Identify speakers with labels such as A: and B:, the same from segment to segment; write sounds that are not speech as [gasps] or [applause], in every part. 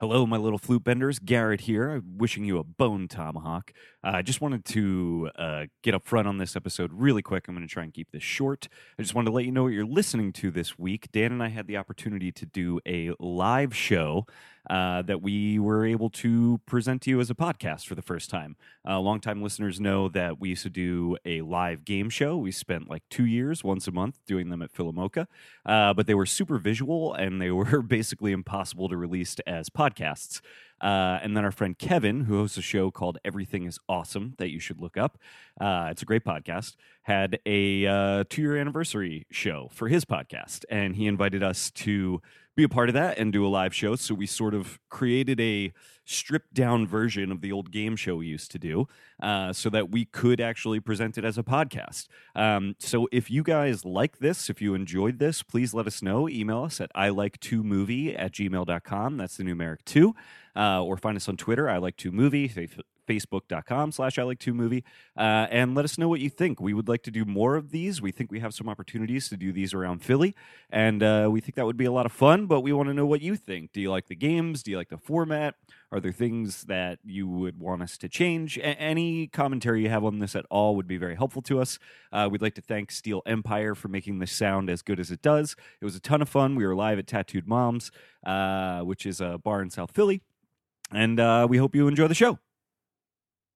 A: Hello, my little flute benders. Garrett here. I'm wishing you a bone tomahawk. Uh, I just wanted to uh, get up front on this episode really quick. I'm going to try and keep this short. I just wanted to let you know what you're listening to this week. Dan and I had the opportunity to do a live show uh, that we were able to present to you as a podcast for the first time. Uh, longtime listeners know that we used to do a live game show. We spent like two years, once a month, doing them at Philomoka, uh, but they were super visual and they were [laughs] basically impossible to release as podcasts. Uh, and then our friend Kevin, who hosts a show called Everything is Awesome that you should look up, uh, it's a great podcast, had a uh, two year anniversary show for his podcast. And he invited us to be a part of that and do a live show. So we sort of created a stripped down version of the old game show we used to do uh, so that we could actually present it as a podcast. Um, so if you guys like this, if you enjoyed this, please let us know. Email us at I like to movie at gmail.com. That's the numeric two. Uh, or find us on Twitter, I like to movie, fa- facebook.com slash I like to movie. Uh, and let us know what you think. We would like to do more of these. We think we have some opportunities to do these around Philly. And uh, we think that would be a lot of fun, but we want to know what you think. Do you like the games? Do you like the format? Are there things that you would want us to change? A- any commentary you have on this at all would be very helpful to us. Uh, we'd like to thank Steel Empire for making this sound as good as it does. It was a ton of fun. We were live at Tattooed Moms, uh, which is a bar in South Philly. And uh, we hope you enjoy the show.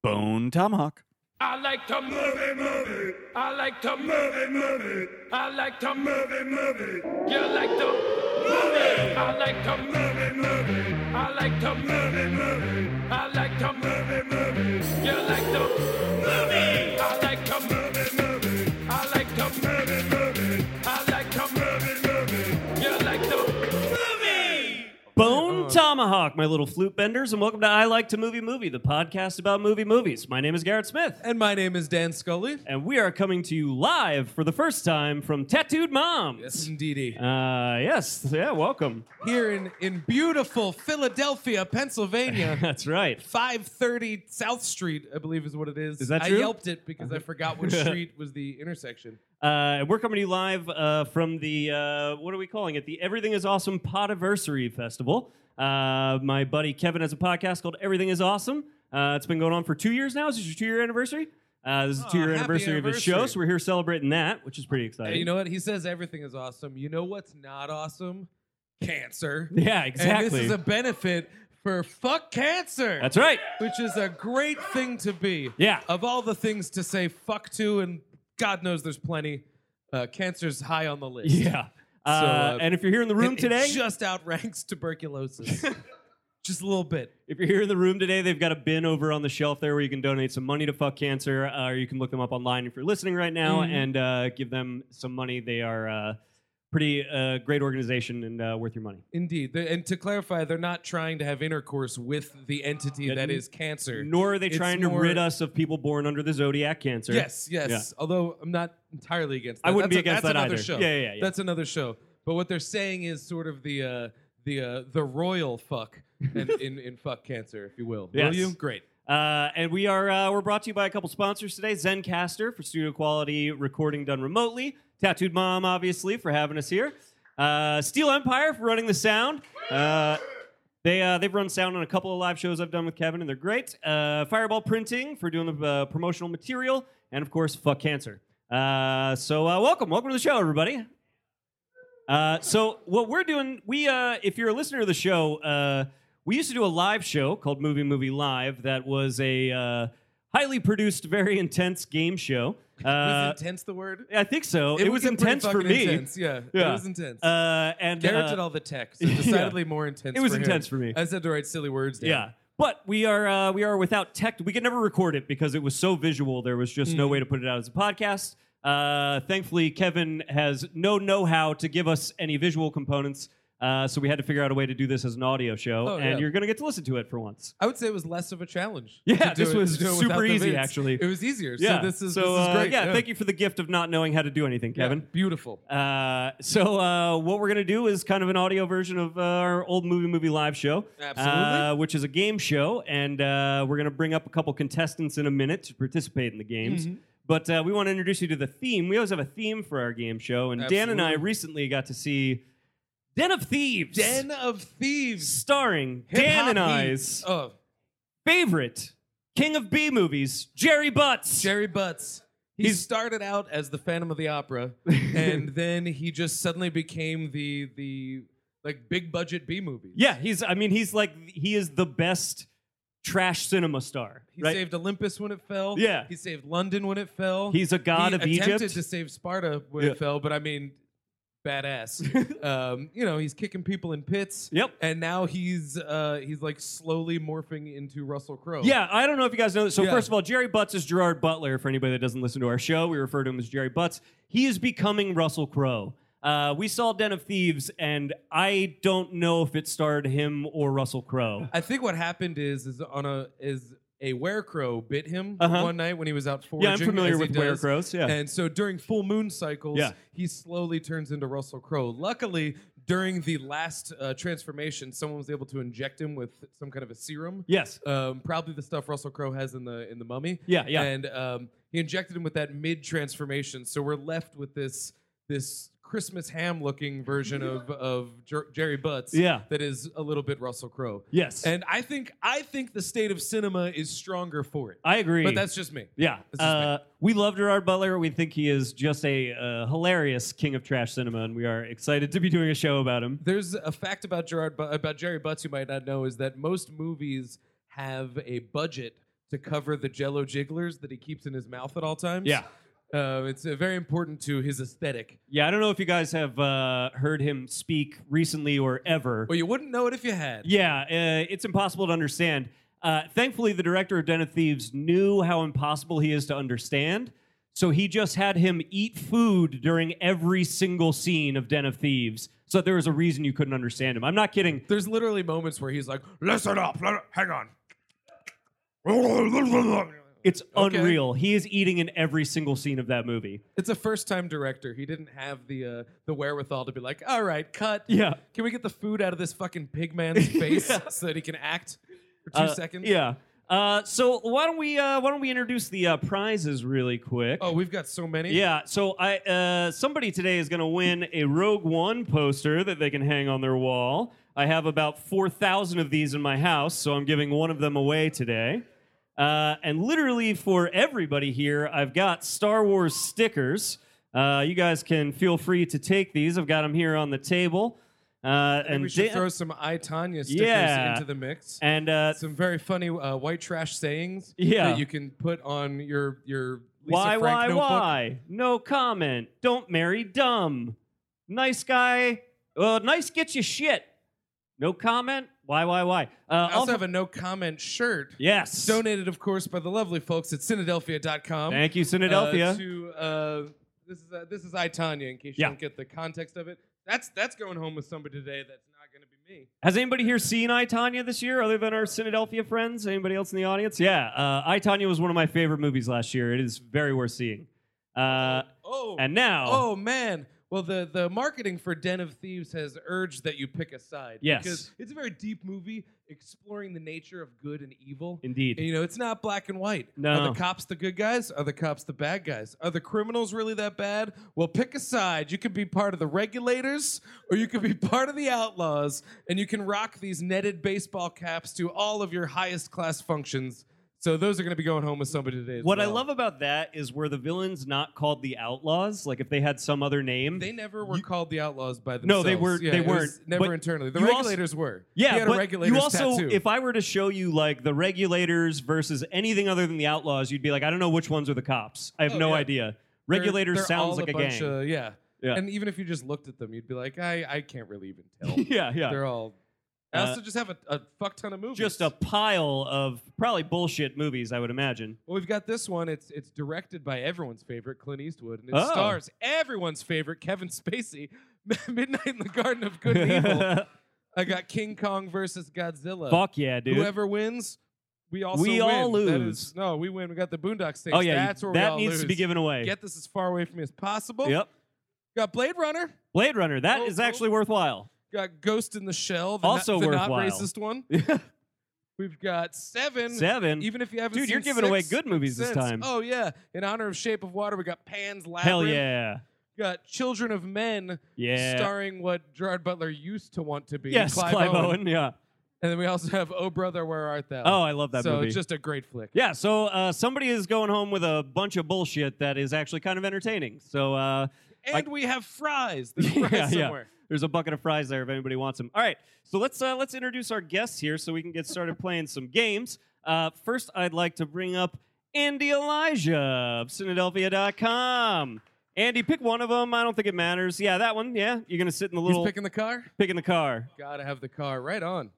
A: Bone Tomahawk.
B: I like to move it, move it. I like to move it, move it. I like to move it, move it. You like to move it. I like to move it, move it. I like to move it, move it. I like to move it, move it. You like to move it. I like to move it, move it. I like to move it, move it. I like to move it, move it. You like to move it.
C: Bone Tomahawk, my little flute benders, and welcome to I Like to Movie Movie, the podcast about movie movies. My name is Garrett Smith,
D: And my name is Dan Scully.
C: and we are coming to you live for the first time from Tattooed Mom.
D: Yes, indeedy.
C: Uh, yes, yeah, welcome.
D: Here in, in beautiful Philadelphia, Pennsylvania,
C: [laughs] That's right.
D: 530 South Street, I believe is what it is.
C: Is that
D: I
C: true? Uh-huh.
D: yelped it because I forgot
C: [laughs]
D: which street was the intersection.
C: Uh, and we're coming to you live uh, from the, uh, what are we calling it? The Everything is Awesome Podiversary Festival. Uh, my buddy Kevin has a podcast called Everything is Awesome. Uh, it's been going on for two years now. Is this your two year anniversary? Uh, this is the
D: Aw,
C: two year
D: happy
C: anniversary of his show,
D: anniversary.
C: so we're here celebrating that, which is pretty exciting.
D: And you know what? He says everything is awesome. You know what's not awesome? Cancer.
C: Yeah,
D: And
C: exactly.
D: this is a benefit for fuck cancer.
C: That's right.
D: Which is a great thing to be.
C: Yeah.
D: Of all the things to say fuck to, and God knows there's plenty, uh, cancer's high on the list.
C: Yeah. Uh,
D: uh,
C: and if you're here in the
D: [laughs]
C: room
D: It- it
C: today,
D: just outranks [laughs]
C: [laughs]
D: tuberculosis. just a little bit.
C: if you're here in the room today, they've got a bin over on the shelf there where you can donate some money to Fuck Cancer, uh, or you can look them up online if you're listening right now
D: Mm-hmm.
C: and uh, give them some money. They are uh, pretty uh, great organization and uh, worth your money.
D: Indeed. They- And to clarify, they're not trying to have intercourse with the entity that is cancer.
C: Nor are they
D: It's
C: trying to
D: more-
C: rid us of people born under the zodiac cancer.
D: Yes, yes.
C: Yeah.
D: Although I'm not entirely against that.
C: I wouldn't
D: that's
C: be against
D: that's
C: that
D: another
C: either.
D: Show.
C: Yeah, yeah, yeah.
D: That's another show. But what they're saying is sort of the uh, the uh, the royal fuck
C: [laughs]
D: in, in, in fuck cancer, if you will.
C: Yes.
D: Will you? Great.
C: Uh, and we are uh, we're brought to you by a couple sponsors today: ZenCaster for studio quality recording done remotely, Tattooed Mom, obviously, for having us here, uh, Steel Empire for running the sound. Uh, they uh, they've run sound on a couple of live shows I've done with Kevin, and they're great. Uh, Fireball Printing for doing the uh, promotional material, and of course, Fuck Cancer. Uh, so uh, welcome, welcome to the show, everybody. Uh, so what we're doing, we uh, if you're a listener to the show, uh, we used to do a live show called Movie Movie Live that was a uh, highly produced, very intense
D: [laughs]
C: game show.
D: was
C: Uh,
D: intense the word?
C: I think so. It, was
D: a pretty
C: intense for
D: fucking
C: me.
D: Intense. Yeah,
C: Yeah.
D: It was intense.
C: Uh, and
D: Garrett
C: uh,
D: did all the
C: [laughs]
D: tech, so
C: yeah.
D: decidedly more intense.
C: It was
D: for him.
C: intense for me.
D: I said the right silly words. Dan.
C: Yeah. But we are uh, we are without tech. We could never record it because it was so visual. There was just
D: Mm.
C: no way to put it out as a podcast. Uh, thankfully, Kevin has no know-how to give us any visual components, uh, so we had to figure out a way to do this as an audio show.
D: Oh,
C: and
D: yeah.
C: you're going to get to listen to it for once.
D: I would say it was less of a challenge.
C: Yeah,
D: to do
C: this
D: it-
C: was
D: to do it
C: super
D: without the
C: easy,
D: vids.
C: actually.
D: It was easier.
C: yeah.
D: So this is,
C: so,
D: this is
C: uh,
D: great.
C: yeah, Thank you for the gift of not knowing how to do anything,
D: Yeah,
C: Kevin.
D: beautiful.
C: Uh, so uh, what we're gonna do is kind of an audio version of uh, our old movie movie live show,
D: Absolutely.
C: uh, which is a game show, and uh, we're gonna bring up a couple contestants in a minute to participate in the games.
D: Mm-hmm.
C: But uh, we want to introduce you to the theme. We always have a theme for our game show, and Dan and I
D: Absolutely.
C: recently got to see Den of Thieves.
D: Den of Thieves.
C: Starring
D: Hip-hop
C: Dan and
D: beats.
C: I's
D: Oh,
C: favorite King of B movies, Jerry Butts.
D: Jerry Butts. He
C: He's-
D: started out as the Phantom of the Opera,
C: [laughs]
D: and then he just suddenly became the the like big budget B movie.
C: yeah, he's. I mean, he's like he is the best trash cinema star.
D: He
C: right?
D: saved Olympus when it fell.
C: Yeah.
D: He saved London when it fell.
C: He's a god
D: he
C: of
D: attempted
C: Egypt.
D: to save Sparta when
C: Yeah.
D: it fell, but I mean,
C: [laughs]
D: badass. um, you know, he's kicking people in pits.
C: Yep.
D: And now he's uh, he's like slowly morphing into Russell Crowe.
C: Yeah, I don't know if you guys know this. So
D: Yeah.
C: first of all, Jerry Butts is Gerard Butler. For anybody that doesn't listen to our show, we refer to him as Jerry Butts. He is becoming Russell Crowe. Uh, we saw Den of Thieves, and I don't know if it starred him or Russell Crowe.
D: I think what happened is is on a is a werecrow bit him
C: Uh-huh.
D: one night when he was out foraging.
C: Yeah, I'm familiar
D: as he
C: with
D: does.
C: werecrows. Yeah,
D: And so during full moon cycles,
C: Yeah.
D: he slowly turns into Russell Crowe. Luckily, during the last uh, transformation, someone was able to inject him with some kind of a serum.
C: yes,
D: Um, probably the stuff Russell Crowe has in the in the Mummy.
C: Yeah, yeah.
D: And um, he injected him with that mid transformation, so we're left with this this Christmas ham looking version of of Jer- Jerry Butts.
C: Yeah.
D: that is a little bit Russell Crowe.
C: yes.
D: And I think I think the state of cinema is stronger for it.
C: I agree.
D: But that's just me.
C: yeah.
D: This is
C: Uh, we love Gerard Butler. We think he is just a uh, hilarious king of trash cinema, and we are excited to be doing a show about him.
D: There's a fact about Gerard Bu- about Jerry Butts you might not know is that most movies have a budget to cover the Jello jigglers that he keeps in his mouth at all times.
C: Yeah.
D: Uh, it's uh, very important to his aesthetic.
C: Yeah, I don't know if you guys have uh, heard him speak recently or ever.
D: Well, you wouldn't know it if you had.
C: Yeah, uh, it's impossible to understand. Uh, thankfully, the director of Den of Thieves knew how impossible he is to understand, so he just had him eat food during every single scene of Den of Thieves. So there was a reason you couldn't understand him. I'm not kidding.
D: There's literally moments where he's like, "Listen up, let- hang on."
C: It's
D: Okay.
C: unreal. He is eating in every single scene of that movie.
D: It's a first-time director. He didn't have the uh, the wherewithal to be like, "All right, cut."
C: Yeah.
D: Can we get the food out of this fucking pig
C: [laughs]
D: man's face so that he can act for two
C: Uh,
D: seconds?
C: Yeah. Uh, so why don't we uh, why don't we introduce the uh, prizes really quick?
D: Oh, we've got so many.
C: Yeah, so I uh, somebody today is going to win a Rogue One poster that they can hang on their wall. I have about four thousand of these in my house, so I'm giving one of them away today. Uh, and literally for everybody here, I've got Star Wars stickers. Uh, you guys can feel free to take these. I've got them here on the table. Uh,
D: And we
C: and
D: should
C: Dan-
D: throw some I Tanya stickers
C: Yeah.
D: into the mix.
C: and uh,
D: some very funny uh, white trash sayings
C: Yeah.
D: that you can put on your your Lisa
C: why,
D: Frank
C: why,
D: notebook.
C: why? No comment. Don't marry dumb. Nice guy. Well, nice gets you shit. No comment. Why, why, why? Uh,
D: I also have a no comment shirt.
C: yes.
D: Donated, of course, by the lovely folks at Cynadelphia.com.
C: Thank you,
D: uh,
C: Synadelphia.
D: to uh, this is uh, this is I Tanya. In case you
C: Yeah.
D: don't get the context of it, that's that's going home with somebody today. That's not going to be me.
C: Has anybody here seen I Tanya this year, other than our Cynadelphia friends? Anybody else in the audience? Yeah, uh, I Tanya was one of my favorite movies last year. It is very worth seeing. Uh,
D: Oh,
C: and now,
D: Oh man. Well, the, the marketing for Den of Thieves has urged that you pick a side.
C: Yes.
D: Because it's a very deep movie exploring the nature of good and evil.
C: indeed,
D: And, you know, it's not black and white. Are
C: No.
D: the cops the good guys? Are the cops the bad guys? Are the criminals really that bad? Well, pick a side. You could be part of the regulators or you could be [laughs] part of the outlaws. And you can rock these netted baseball caps to all of your highest class functions. So those are going to be going home with somebody today. as
C: What I
D: well.
C: love about that is where the villains not called the outlaws. Like if they had some other name,
D: They never were called the Outlaws by
C: No,
D: themselves.
C: they were-
D: Yeah,
C: they
D: it was
C: weren't,
D: Never
C: but
D: internally. The
C: you also-
D: regulators were.
C: Yeah,
D: he had
C: but
D: a regulators
C: you also,
D: tattoo.
C: if I were to show you like the regulators versus anything other than the outlaws, you'd be like, I don't know which ones are the cops. I have
D: Oh,
C: no
D: yeah.
C: idea.
D: They're-
C: Regulators
D: they're all
C: sounds like a
D: bunch
C: gang.
D: Of, yeah.
C: Yeah.
D: and even if you just looked at them, you'd be like, I, I can't really
C: [laughs]
D: even tell.
C: yeah, yeah.
D: They're all. I
C: Uh,
D: also just have a, a fuck ton of movies.
C: Just a pile of probably bullshit movies, I would imagine.
D: Well, we've got this one. It's it's directed by everyone's favorite Clint Eastwood, and it
C: Oh.
D: stars everyone's favorite Kevin Spacey. [laughs] Midnight in the Garden of Good Uh, and
C: [laughs]
D: Evil. I got King Kong versus Godzilla.
C: Fuck yeah, dude.
D: Whoever wins, we also
C: We
D: win.
C: all
D: That
C: lose.
D: is- no, we win. We got the Boondock Stakes.
C: oh yeah,
D: that's where we
C: that
D: all
C: needs
D: lose.
C: to be given away.
D: Get this as far away from me as possible.
C: yep.
D: Got Blade Runner.
C: Blade Runner. That is
D: Whoa, whoa.
C: actually worthwhile.
D: Got Ghost in the Shell. The
C: Also
D: not, the
C: worthwhile.
D: not racist
C: [laughs]
D: one. We've got Seven.
C: Seven.
D: Even if you haven't,
C: Dude,
D: seen
C: you're giving away
D: six
C: good movies this
D: since.
C: time.
D: Oh yeah! In honor of Shape of Water, we got Pan's Labyrinth.
C: Hell yeah.
D: got Children of Men,
C: Yeah.
D: starring what Gerard Butler used to want to be.
C: yes, Clive, Owen. Yeah.
D: And then we also have Oh Brother, Where Art Thou?
C: Oh, I love that
D: so
C: movie.
D: it's just a great flick.
C: yeah. So uh, somebody is going home with a bunch of bullshit that is actually kind of entertaining. So uh,
D: And
C: Like-
D: we have
C: [laughs]
D: fries. There's fries somewhere.
C: There's a bucket of fries there if anybody wants them. All right, so let's uh, let's introduce our guests here so we can get started playing some games. Uh, first, I'd like to bring up Andy Elijah of Cynadelphia.com. Andy, pick one of them. I don't think it matters. Yeah, that one. Yeah, you're gonna sit in the little
D: He's
C: pick,
D: picking the car.
C: in the car.
D: Gotta have the car. Right on.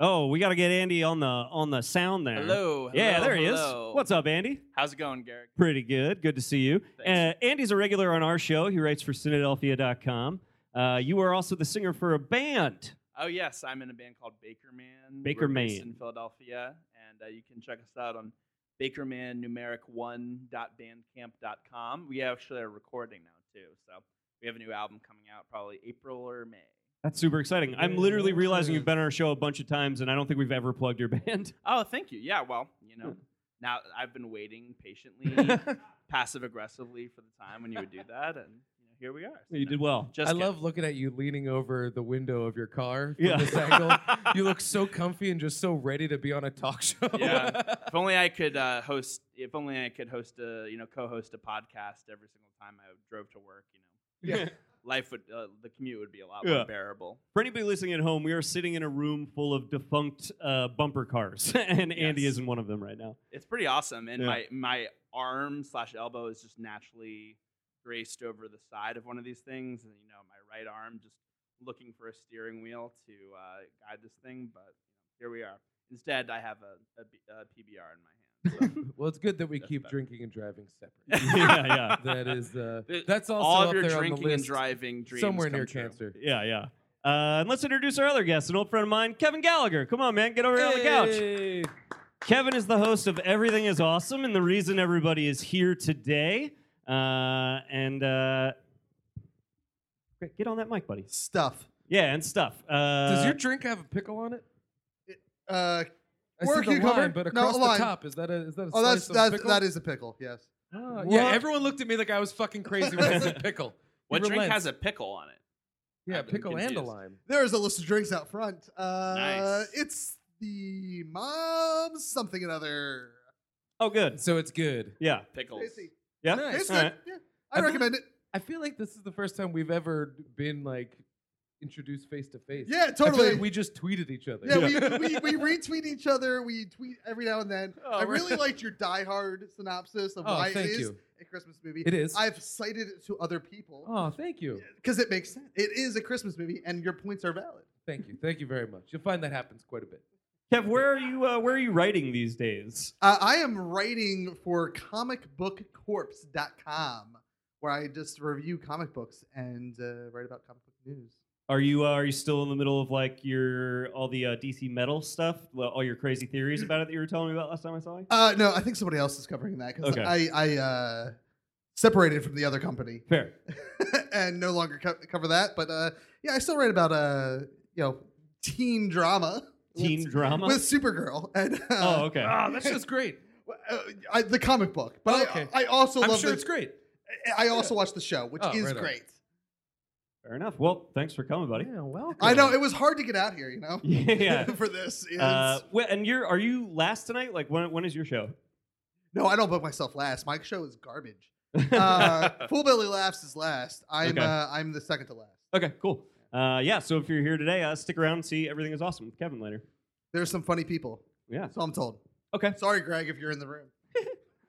C: Oh, we gotta get Andy on the on the sound there.
E: Hello.
C: Yeah,
E: hello,
C: there he
E: hello.
C: is. What's up, Andy?
E: How's it going, Garrick?
C: Pretty good. Good to see you. Uh, Andy's a regular on our show. He writes for Cynadelphia.com. Uh, you are also the singer for a band.
E: Oh yes, I'm in a band called Baker Man.
C: Baker
E: We're based
C: Man.
E: in Philadelphia, and uh, you can check us out on BakerMan numeric1.bandcamp.com. We actually are recording now too, so we have a new album coming out probably April or May.
C: That's super exciting. I'm
D: Yeah,
C: literally
D: that's
C: realizing
D: good.
C: you've been on our show a bunch of times, and I don't think we've ever plugged your [laughs] band.
E: Oh, thank you. Yeah, well, you know,
C: Hmm.
E: now I've been waiting
C: [laughs]
E: patiently, passive aggressively for the time when you would do that, and you know, here we are. So,
C: [laughs] You
E: no,
C: did well.
E: Just
D: I
E: kidding.
D: love looking at you leaning over the window of your car from
C: Yeah.
D: this
C: [laughs]
D: angle.
E: [laughs]
D: you look so comfy and just so ready to be on a talk show.
E: Yeah. if only I could uh, host. If only I could host a you know co-host a podcast every single time I drove to work. You know,
D: yeah.
E: [laughs] life would uh, the commute would be a lot
C: Yeah.
E: more bearable.
C: For anybody listening at home, we are sitting in a room full of defunct uh, bumper cars, [laughs] and Andy
E: Yes.
C: is in one of them right now.
E: It's pretty awesome, and
C: Yeah.
E: my my arm slash elbow is just naturally graced over the side of one of these things, and you know my right arm just looking for a steering wheel to uh, guide this thing, but here we are. Instead, I have a, a, B- a PBR in my hand. so.
D: [laughs] Well, it's good that we
E: That's
D: keep
E: better.
D: drinking and driving
E: [laughs]
D: separate.
C: [laughs] yeah, yeah,
D: that is uh,
E: Th-
D: that's also
E: All
D: up
E: of your
D: there on the
E: drinking and
D: list,
E: driving dreams
D: somewhere
E: come
D: near
E: true.
D: cancer.
C: yeah, yeah. Uh, and let's introduce our other guest, an old friend of mine, Kevin Gallagher. Come on, man, get over here on the couch.
D: Hey.
C: Kevin is the host of Everything is Awesome, and the reason everybody is here today. Uh, and uh, great, get on that mic, buddy.
F: stuff.
C: Yeah, and stuff. Uh,
D: Does your drink have a pickle on it?
F: Uh,
D: I
F: Or
D: see
F: a
D: the
F: cucumber.
D: line, but
F: No,
D: across
F: a
D: the
F: line.
D: top is that a is that a
F: oh, that's
D: slice of
F: that's
D: pickle?
F: that is a pickle. Yes.
D: Oh,
C: What?
D: yeah, everyone looked at me like I was fucking crazy when I
F: [laughs]
D: said pickle.
E: What
D: He
E: drink
D: relents.
E: has a pickle on it?
D: yeah
E: I've been
D: pickle and a
E: confused.
D: lime?
F: There is a list of drinks out front. Uh,
E: Nice.
F: It's the mom something another.
C: oh, good.
D: So it's good.
C: Yeah.
E: Pickles.
F: Tasty.
C: Yeah.
D: Nice.
F: Tastes
C: All
F: good.
C: right.
F: Yeah.
D: I
F: I
D: believe-
F: recommend it.
D: I feel like this is the first time we've ever been like introduced face to face.
F: Yeah,
D: I feel
F: totally.
D: like we just tweeted each other.
F: yeah,
D: [laughs]
F: we, we,
C: [laughs]
F: we retweet each other. We tweet every now and then.
D: Oh,
F: I
D: we're- [laughs]
F: really liked your Die Hard synopsis of
D: Oh,
F: why
D: thank
F: it is
D: you.
F: a Christmas movie.
D: It is.
F: I've cited it to other people
D: oh, thank you.
F: because it makes sense. It is a Christmas movie, and your points are valid.
D: Thank you. Thank you very much. You'll find that happens quite a bit.
C: Kev, where are you? Uh, where are you writing these days?
F: Uh, I am writing for comicbookcorpse.com, where I just review comic books and uh, write about comic book news.
C: Are you uh, Are you still in the middle of like your all the uh, DC metal stuff? Well, All your crazy theories about it that you were telling me about last time I saw you.
F: Uh, no, I think somebody else is covering that because
C: Okay.
F: I, I uh, separated from the other company [laughs]
C: Fair.
F: and no longer co- cover that. But uh, yeah, I still write about uh, you know teen drama.
C: Teen
F: with,
C: drama.
F: with Supergirl and
C: oh,
F: uh,
C: okay.
D: Ah,
F: [laughs]
D: that's just great.
F: I, the comic book. But
D: Oh,
F: I-
D: okay.
F: I, also
D: I'm
F: love
D: sure
F: the-
D: it's great.
F: I also watch the show, which
D: Oh,
F: is
D: right on.
F: great.
C: Fair enough. Well, thanks for coming, buddy.
D: Yeah, welcome.
F: I know it was hard to get out here, you know.
C: [laughs]
F: [laughs]
C: Yeah.
F: for this. It's,
C: Uh, wh- and you're are you last tonight? Like when when is your show?
F: no, I don't book myself last. My show is garbage.
D: [laughs]
F: Uh, Full Belly Laughs is last. I'm
C: Okay.
F: uh, I'm the second to last.
C: [laughs] okay, cool. Uh, yeah. So if you're here today, uh, stick around and see everything is awesome with Kevin later.
F: There's some funny people.
C: Yeah.
F: So I'm told.
C: Okay.
F: Sorry, Greg, if you're in the room.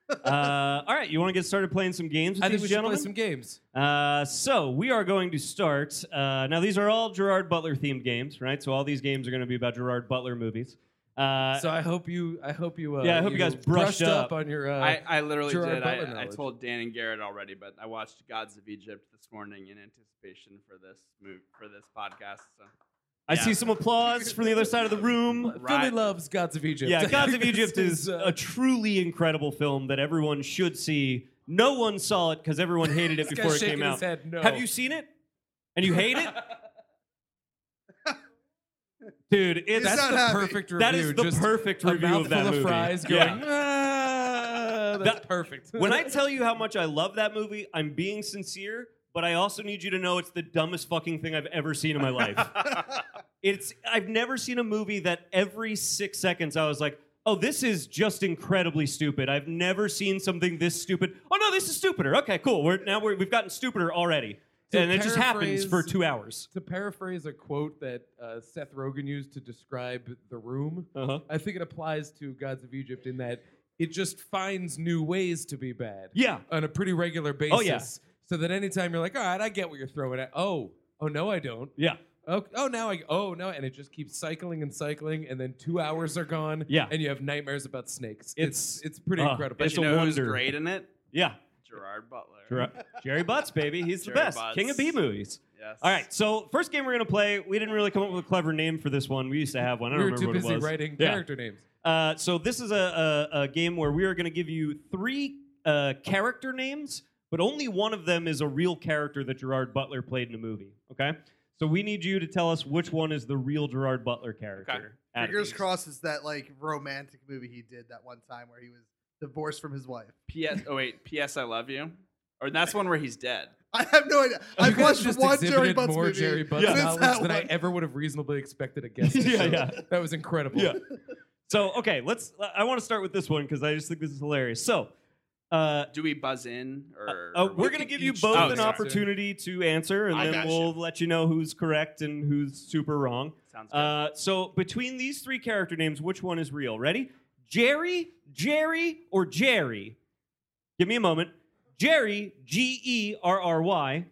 C: Uh, all right. You want to get started playing some games with
D: I think
C: these
D: we should
C: gentlemen?
D: play some games.
C: Uh, so we are going to start. Uh, now these are all Gerard Butler themed games, right? So all these games are going to be about Gerard Butler movies. Uh,
D: So I hope you, I hope you, uh,
C: Yeah, I hope you guys brushed up.
D: on your. Uh,
E: I, I literally
D: Gerard
E: did.
D: Butler
E: I, I
D: knowledge.
E: told Dan and Garrett already, but I watched Gods of Egypt this morning in anticipation for this move for this podcast. So.
C: I
E: yeah.
C: see some applause from the other side of
D: [laughs]
C: the room.
D: Philly
E: Right.
D: loves Gods of Egypt.
C: Yeah, Gods
D: [laughs]
C: of
D: This
C: Egypt is
D: uh,
C: a truly incredible film that everyone should see. No one saw it because everyone hated it
D: this guy's
C: before it
D: shaking
C: came
D: his
C: out.
D: head, no.
C: Have you seen it? And
D: [laughs]
C: you hate it? Dude, it's
F: He's not
D: That's the
F: happy.
D: perfect review.
C: that is the
D: just
C: perfect
D: a
C: review of
D: [laughs]
C: that
D: mouthful
C: movie.
D: fries
C: Yeah.
D: going. "Ah." Oh, that's perfect.
C: [laughs]
D: [laughs]
C: when I tell you how much I love that movie, I'm being sincere, but I also need you to know it's the dumbest fucking thing I've ever seen in
D: [laughs]
C: my life. it's I've never seen a movie that every six seconds I was like, oh, this is just incredibly stupid. I've never seen something this stupid. Oh no, this is stupider. Okay, cool. We're now we're, we've gotten stupider already,
D: To
C: and it just happens for
D: paraphrase-
C: two hours.
D: to paraphrase a quote that uh, Seth Rogen used to describe The Room,
C: Uh-huh.
D: I think it applies to Gods of Egypt in that it just finds new ways to be bad.
C: Yeah.
D: On a pretty regular basis.
C: Oh, yeah.
D: So that anytime you're like, all right, I get what you're throwing at. Oh, oh no, I don't.
C: Yeah.
D: Oh, oh, now I. Oh no, and it just keeps cycling and cycling, and then two hours are gone.
C: Yeah.
D: and you have nightmares about snakes. It's
C: It's-
D: it's, pretty
C: uh,
D: incredible.
E: But
C: it's
E: you
C: a
E: know who's
C: wonder.
E: great in it?
C: Yeah.
E: Gerard Butler.
C: Jer- Jerry Butts, baby. He's
E: Jerry
C: the best.
E: Butts.
C: King of B movies.
E: Yes.
C: All right, so first game we're gonna play. We didn't really come up with a clever name for this one. We used to have one. I
D: we
C: don't
D: were
C: remember
D: too
C: what
D: busy
C: it was.
D: writing
C: Yeah.
D: character names.
C: Uh, so this is a, a, a game where we are gonna give you three uh, character names, but only one of them is a real character that Gerard Butler played in a movie. Okay, so we need you to tell us which one is the real Gerard Butler character. out of
F: Fingers
C: these.
F: crossed it's that like romantic movie he did that one time where he was divorced from his wife. [laughs]
E: P.S. Oh wait. P.S. I love you. Or that's one where he's dead.
F: I have no idea.
D: You
F: [laughs] I've
D: guys
F: watched
D: just
F: one
D: exhibited
F: Jerry Butts
D: more
F: movie.
D: Jerry Butts
F: since
D: knowledge
F: that
D: than I
F: one.
D: ever would have reasonably expected a
F: [laughs]
D: guest. yeah,
C: Yeah, yeah.
D: that was incredible.
C: Yeah. So okay, let's. I want to start with this one because I just think this is hilarious. So. Uh,
E: Do we buzz in or?
C: Uh,
E: or
C: we're
E: we-
C: going to
D: can
C: give you
D: each
C: both
E: choose
C: an
E: answer.
C: opportunity to answer, and
E: I
C: then
E: gotcha.
C: we'll let you know who's correct and who's super wrong.
E: Sounds good.
C: Uh, so, between these three character names, which one is real? Ready? Jerry, Jerry, or Jerry? Give me a moment. Jerry, G E R R Y.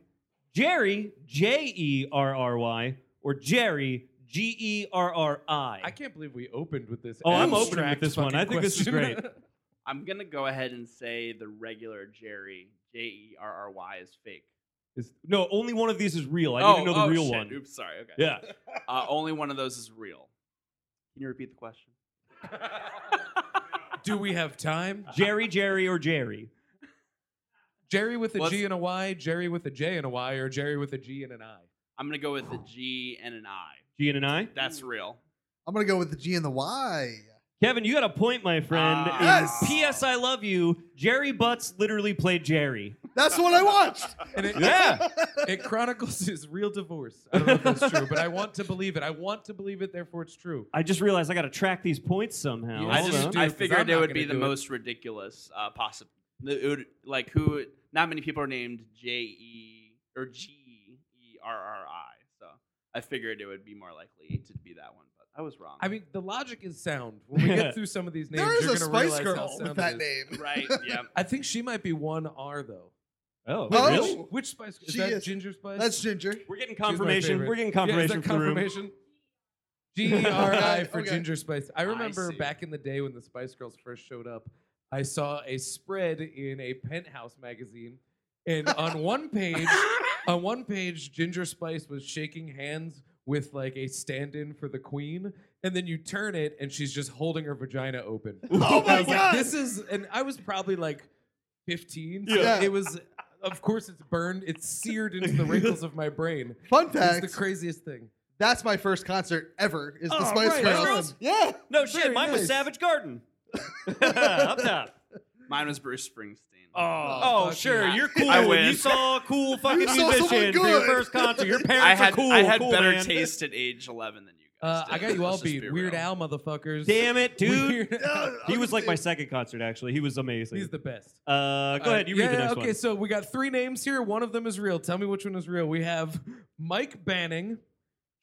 C: Jerry, J E R R Y. Or Jerry, G E R R
D: I
C: I.
D: can't believe we opened with this.
C: Oh, I'm opening
D: abstract
C: with this one.
D: fucking
C: I think this is
D: question.
C: great.
E: I'm gonna go ahead and say the regular Jerry J E R R Y is fake.
C: Is- No, only one of these is real. I
E: oh,
C: need to know the
E: oh,
C: real
E: shit.
C: one.
E: Oops, sorry. Okay.
C: Yeah.
E: Uh, only one of those is real. Can you repeat the question?
D: [laughs] Do we have time?
C: Jerry, Jerry, or Jerry?
D: Jerry with a G
E: Let's-
D: and a Y, Jerry with a J and a Y, or Jerry with a G and an I.
E: I'm gonna go with a G and an I.
C: G and I.
E: That's real.
F: I'm gonna go with the G and the Y.
C: Kevin, you got a point, my friend.
E: Ah.
C: In
F: Yes.
C: P.S. I love you. Jerry Butts literally played Jerry.
F: That's the
D: [laughs]
F: one I watched.
D: And it,
C: Yeah.
D: [laughs] it chronicles his real divorce. I don't know if that's true, but I want to believe it. I want to believe it, therefore it's true.
C: I just realized I got to track these points somehow.
D: Yeah,
E: I
D: Hold
E: just
D: on.
E: I
D: Dude, 'cause I'm
E: figured it
D: not
E: would be
D: gonna
E: the
D: do it.
E: most ridiculous uh, possible. It would, like who? Not many people are named J E or G E R R I. So I figured it would be more likely to be that one, but I was wrong.
D: I mean, the logic is sound. When we
C: [laughs]
D: get through some of these names,
F: there is
D: you're
F: a
D: gonna
F: Spice
D: realize how
F: Girl
D: sound
F: with
D: it
F: that
D: is.
E: [laughs]
D: [laughs]
F: name.
E: right? Yeah.
D: I think she might be one R though.
C: oh,
F: Oh.
C: really?
D: Which, which Spice? Is
F: She
D: that
F: is.
D: Ginger Spice? [laughs]
F: That's Ginger.
C: We're getting
D: She's my
C: confirmation.
D: favorite.
C: We're getting
D: Yeah, is
C: confirmation
D: that
C: from the room.
D: confirmation? [laughs] G E R I for
F: Okay.
D: Ginger Spice. I
E: I
D: remember
E: see.
D: back in the day when the Spice Girls first showed up, I saw a spread in a Penthouse magazine, and on [laughs] one page, on one page, Ginger Spice was shaking hands with like a stand-in for the Queen, and then you turn it, and she's just holding her vagina open.
F: Oh
D: I
F: my
D: was like,
F: god!
D: this is, and I was probably like 15. So
F: Yeah.
D: It was, of course, it's burned, it's seared into the wrinkles of my brain.
F: Fun
D: It's
F: fact:
D: the craziest thing.
F: that's my first concert ever. Is the
C: Oh,
F: Spice
C: right,
F: Girls?
C: Girls?
F: Yeah.
C: No shit,
D: Very
C: mine was
D: nice.
C: Savage Garden. [laughs] Up top.
E: Mine was Bruce Springsteen.
C: Oh,
D: fuck
C: sure.
E: yeah.
C: You're cool.
E: I
C: when You
E: win.
C: saw a cool fucking
F: You saw someone
C: musician for your
F: good.
C: first concert.
D: [laughs]
C: Your parents
E: I had
C: are cool.
E: I had
C: cool,
E: better
C: man.
E: taste at age 11 than you guys.
D: Uh,
E: did.
D: I got you all
E: Let's just
D: beat.
E: be
D: Weird
E: real.
D: Al, motherfuckers.
C: Damn it, dude.
D: [laughs] Weird-
C: He was like my
F: second.
C: second concert, actually. He was amazing.
D: He's the best.
C: uh, go
D: Uh,
C: ahead. You
D: yeah,
C: read the next
D: okay,
C: one.
D: so we got three names here. One of them is real. Tell me which one is real. We have Mike Banning,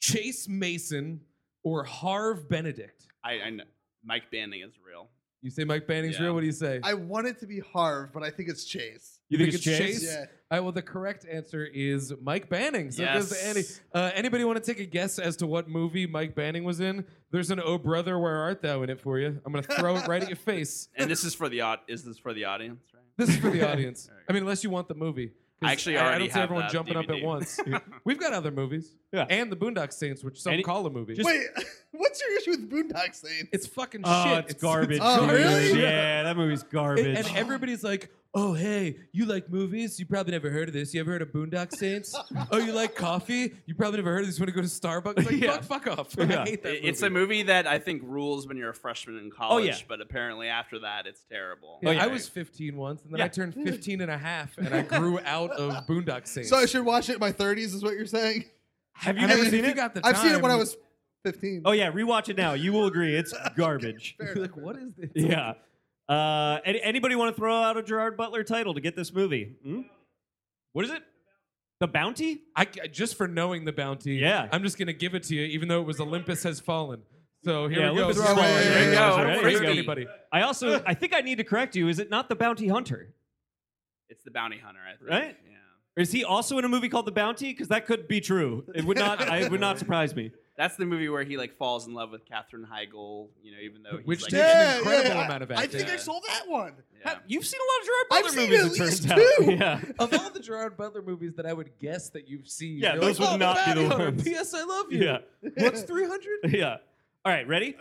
D: Chase Mason, or Harv Benedict.
E: I, I know. Mike Banning is real.
D: You say Mike Banning's
E: Yeah.
D: real? What do you say?
F: I want it to be Harv, but I think it's Chase.
C: you think it's Chase?
F: Yeah.
D: I well, the correct answer is Mike Banning. So does
E: Yes.
D: any, uh, anybody want to take a guess as to what movie Mike Banning was in? There's an Oh Brother, Where Art Thou in it for you. I'm gonna throw it right at your face.
E: And this is for the au- is this for the audience, right?
D: This is for the audience.
E: [laughs] There you
D: I mean, unless you want the movie. 'Cause
E: I actually
D: I, I
E: already
D: don't see
E: have
D: everyone
E: that
D: jumping up at
E: DVD. [laughs]
D: once. We've got other movies.
C: Yeah.
D: And the Boondock Saints, which some
C: Any-
D: call a movie.
C: Just-
F: Wait, [laughs] What's your issue with Boondock Saints?
D: It's fucking
C: Oh,
D: shit.
C: it's, garbage.
F: Oh,
C: dude.
F: really?
C: Yeah, that [laughs] movie's garbage.
D: And, and everybody's like, oh, hey, you like movies? You probably never heard of this. You ever heard of Boondock Saints? oh, you like coffee? You probably never heard of this. You want to go to Starbucks? Like,
C: Yeah.
D: fuck, fuck off.
C: Yeah.
D: I hate that
E: It- It's a
D: movie.
E: movie that I think rules when you're a freshman in college,
C: yeah.
E: but apparently after that, it's terrible.
D: Oh, Yeah,
C: yeah.
D: I was 15 once, and then
C: Yeah.
D: I turned 15 and a half, and I grew out of Boondock Saints.
F: So I should watch it in my 30s, is what you're saying?
C: Have you
D: I
C: never
D: mean, if
C: seen
D: you
C: it?
D: got the
F: I've seen it when I
D: time-
F: was 15.
C: oh yeah, rewatch it now. You will agree
F: [laughs]
C: it's garbage.
F: Fair
D: [laughs] You're
F: enough.
D: like, what is this?
C: yeah. Uh, any, anybody want to throw out a Gerard Butler title to get this movie? Hmm? What is it? The Bounty?
D: I, I- just for knowing the bounty,
C: Yeah.
D: I'm just gonna give it to you, even though it was Olympus has fallen. So here
C: Yeah,
D: we
C: Olympus
D: go.
F: Has Fallen. There you
E: go.
D: I don't
E: There you
D: risk
E: go.
D: anybody.
C: I
F: [laughs]
C: also I think I need to correct you. Is it not The Bounty Hunter?
E: It's the bounty hunter, I think.
C: Right?
E: Yeah.
C: Or is he also in a movie called The Bounty? Because that could be true. It would not. I, it would
F: [laughs]
C: not surprise me.
E: That's the movie where he like falls in love with Katherine Heigl, you know, even though he's
D: Which
E: like,
D: did-
F: [laughs]
E: yeah.
D: an incredible amount of
F: I, I
D: acting.
F: think I saw that one.
E: Yeah.
C: You've seen a lot
F: I've
C: of Gerard
F: seen
C: Butler
F: at
C: movies. It turns
F: least
C: out.
F: two.
C: Yeah.
D: Of all the Gerard Butler movies that I would guess that you've seen,
C: Yeah,
D: you're
C: those
D: like,
C: would
D: "Oh,
C: not be the
D: Bounty Hunter,
C: ones."
D: P.S. I love you.
C: [laughs] Yeah.
D: What's 300?
C: [laughs] Yeah. All right. Ready?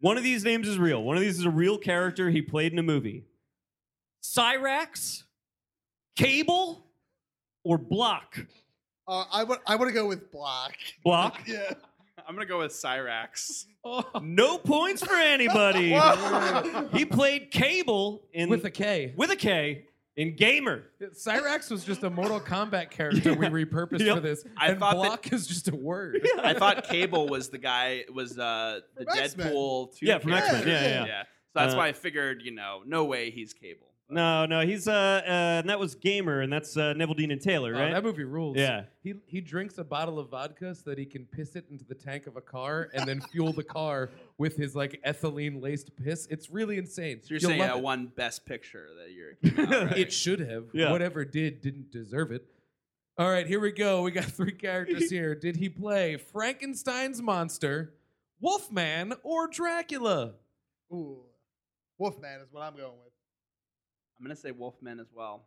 C: One of these names is real. One of these is a real character he played in a movie. Cyrax, Cable, or Block?
F: Uh, I would I want to go with Block. [laughs]
C: Block.
F: Yeah.
E: I'm gonna go with Cyrax.
D: Oh,
C: No points for
F: [laughs]
C: anybody.
F: Whoa.
C: [laughs] he played Cable in
D: with a K.
C: with a K in Gamer.
D: Cyrax was just a Mortal Kombat character we repurposed
C: Yep.
D: for this,
E: I
D: and
E: thought that-
D: block is just a word.
E: I thought Cable was the guy was uh the
F: From X-Men.
E: Deadpool two.
C: Yeah, from
E: character.
F: X-Men, yeah,
C: yeah, yeah.
E: So that's
C: Uh,
E: why I figured, you know, no way he's Cable.
C: No, no, he's uh, uh and that was Gamer, and that's uh, Neville Dean and Taylor,
D: Oh,
C: right?
D: that movie rules.
C: Yeah.
D: He he drinks a bottle of vodka so that he can piss it into the tank of a car and then fuel the car with his like ethylene laced piss. It's really insane.
E: So you're
D: You'll
E: saying
D: love
E: that
D: it.
E: one best picture that you're came out, right?
D: [laughs] it should have.
C: Yeah.
D: Whatever did didn't deserve it. All right, here we go. We got [laughs] three
C: [laughs]
D: characters here. Did he play Frankenstein's monster, Wolfman, or Dracula?
F: Ooh. Wolfman is what I'm going with. [laughs]
E: I'm gonna say Wolfman as well.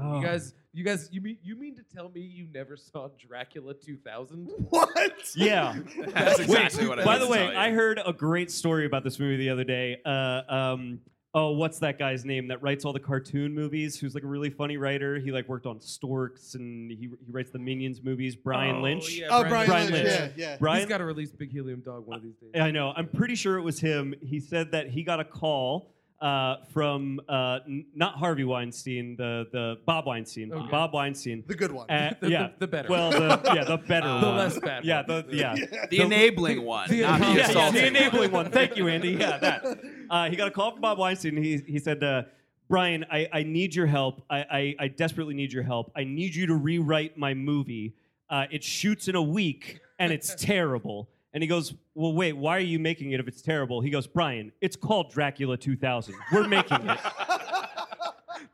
C: Oh.
D: You guys, you guys, you mean you mean to tell me you never saw Dracula 2000?
C: Oh,
F: What?
C: Yeah.
E: [laughs] That's exactly what I
C: By
E: meant
C: the
E: to
C: way,
E: tell you.
C: I heard a great story about this movie the other day. Uh, um, oh, what's that guy's name that writes all the cartoon movies? Who's like a really funny writer? He like worked on Storks and he, he writes the Minions movies. Brian Lynch.
D: yeah,
F: [laughs] Oh, Brian,
C: Brian
F: Lynch.
C: Lynch.
F: Yeah, yeah.
C: Brian. Uh,
D: He's got to release Big Helium Dog one of these days.
C: Yeah, I know. I'm pretty sure it was him. He said that he got a call uh, from uh, n- not Harvey Weinstein, the the Bob Weinstein,
D: Okay.
C: Bob Weinstein.
F: [laughs] The good one.
C: Uh,
D: The- the-
C: yeah,
D: [laughs] the better.
C: Well, the, yeah, the better,
E: Uh,
D: [laughs]
C: one.
E: The
D: less bad
C: Yeah,
D: one. [laughs]
C: the yeah.
E: the,
C: [laughs]
E: enabling one,
D: the-
E: not
D: yeah,
E: the
D: yeah,
C: yeah,
E: assaulting.
C: the enabling
E: one.
C: one. Thank
D: [laughs]
C: you, Andy. Yeah, that. Uh, he got a call from Bob Weinstein. He, he said, uh, Brian, I, I need your help. I, I, I desperately need your help. I need you to rewrite my movie. Uh, it shoots in a week
D: [laughs]
C: and it's terrible. And he goes, Well, wait, why are you making it if it's terrible? He goes, Brian, it's called Dracula 2000. We're making
D: [laughs]
C: it.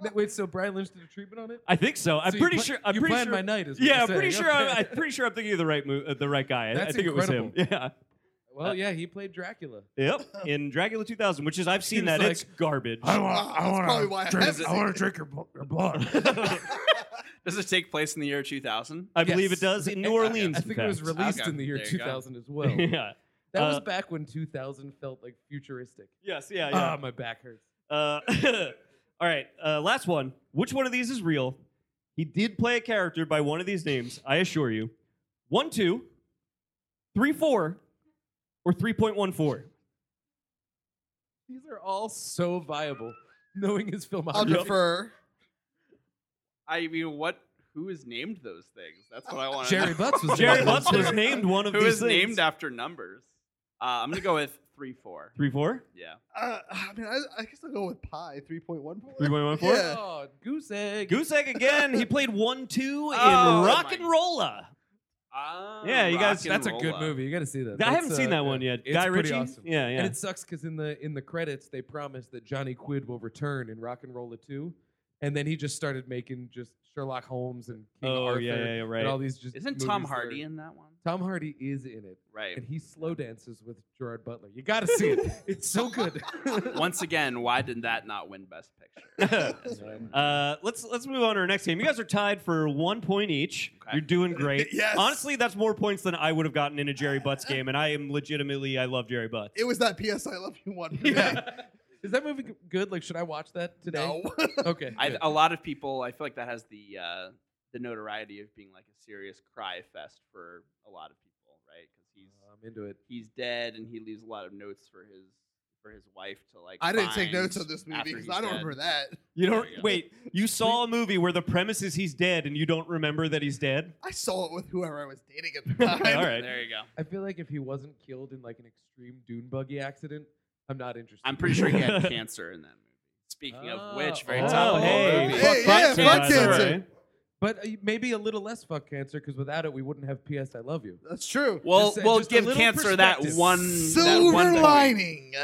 D: Th- Wait, so Brian Lynch did a treatment on it?
C: I think so. I'm
D: So you
C: pretty
D: pla-
C: sure. I'm
D: you
C: pretty
D: planned
C: sure.
D: my night, is what
C: yeah,
D: you're
C: I'm pretty
D: saying.
C: sure.
D: Okay. [laughs]
C: I'm, I'm pretty sure I'm thinking of the right mo- uh, the right guy. I- I,
D: That's
C: think
D: incredible.
C: it was him. [laughs] Yeah.
D: Well, yeah, he played Dracula.
C: Yep. In Dracula 2000, which is I've seen
D: was
C: that.
D: like,
C: it's garbage.
F: want- I That's wanna probably why I drink- haven't I seen wanna it.
D: drink your, your blood.
E: Does it take place in the year 2000?
C: I believe it does in New Orleans.
D: I
C: in
D: think it was
C: fact.
D: released
E: Okay,
D: in the year
E: there you go.
D: 2000 as well.
C: [laughs] yeah.
D: That was
C: Uh,
D: back when 2000 felt like futuristic.
C: Yes. Yeah.
D: Ah,
C: Yeah.
D: my back hurts.
C: Uh, [laughs] all right. Uh, last one. Which one of these is real? He did play a character by one of these names. I assure you. One, two, three, four, or three point one four.
D: [laughs] These are all so viable. Knowing his
F: I'll
D: filmography,
F: defer.
E: I mean, what? Who is named those things? That's what I want to know.
D: Jerry
C: [laughs]
D: Butts was
C: Jerry
D: in it.
C: Butts was named one of
E: Who
C: these
E: is named
C: things.
E: after numbers? Uh, I'm gonna go with three four.
C: Three four.
E: Yeah,
F: Uh, I mean, I, I guess I'll go with Pi 3.14.
C: Three point one four.
F: Yeah.
D: Oh, goose egg.
C: Goose egg again. He played one two in
E: Oh,
C: Rock
E: my-
C: and Rolla.
E: Ah,
C: Yeah, you guys-
E: Rock and
D: That's a good
E: Rolla.
D: movie. You got to see that.
C: I
D: That's,
C: haven't seen
D: uh,
C: that one yet.
D: It's
C: Guy
D: pretty
C: Ritchie.
D: awesome.
C: Yeah, yeah.
D: And it sucks because in the in the credits they promise that Johnny Quid will return in Rock and Rolla Two, and then he just started making just Sherlock Holmes and King
C: Oh,
D: Arthur
C: yeah, yeah, yeah,
D: and
C: [laughs]
D: all
C: right.
D: these just
E: Isn't Tom
D: movies that are-
E: Hardy in that one?
D: Tom Hardy is in it,
E: Right.
D: and he slow dances with Gerard Butler. You got to see it; it's
E: [laughs]
D: so good.
E: Once again, why did that not win Best Picture? That's what I want.
C: Uh, let's let's move on to our next game. You guys are tied for one point each.
E: Okay.
C: You're doing great.
F: [laughs] Yes.
C: Honestly, that's more points than I would have gotten in a Jerry
F: [laughs]
C: Butts game, and I am legitimately I love Jerry Butts.
F: It was that PS I love you one.
D: is that movie g- good? Like, should I watch that today?
F: [laughs] No.
D: [laughs] Okay.
E: I,
D: good.
E: a lot of people, I feel like that has the uh, the notoriety of being like a serious cry fest for a lot of people, right? Because he's
D: I'm into it.
E: he's dead and he leaves a lot of notes for his for his wife to like.
F: I didn't take
E: find
F: notes on this movie
E: after
F: because
E: he's
F: I don't
E: dead. [laughs]
F: remember that.
C: You don't
E: There you go.
C: wait. You saw a movie where the premise is he's dead, and you don't remember that he's dead.
F: I saw it with whoever I was dating at the
C: [laughs]
F: time.
C: All right.
E: There you go.
D: I feel like if he wasn't killed in like an extreme dune buggy accident, I'm not interested.
E: I'm pretty sure he had cancer in that movie. Speaking of which, very
D: Oh,
E: top of the
D: hey.
E: movie.
F: Hey, yeah,
C: cancer,
F: fuck
C: by the
F: cancer.
C: way.
D: [laughs] But uh, maybe a little less fuck cancer because without it, we wouldn't have PS I Love You.
F: That's true.
E: Well,
D: Just-
E: we'll
D: just a
E: give
D: little
E: cancer that
D: perspective.
E: one. that one
F: Silver
E: point.
F: lining.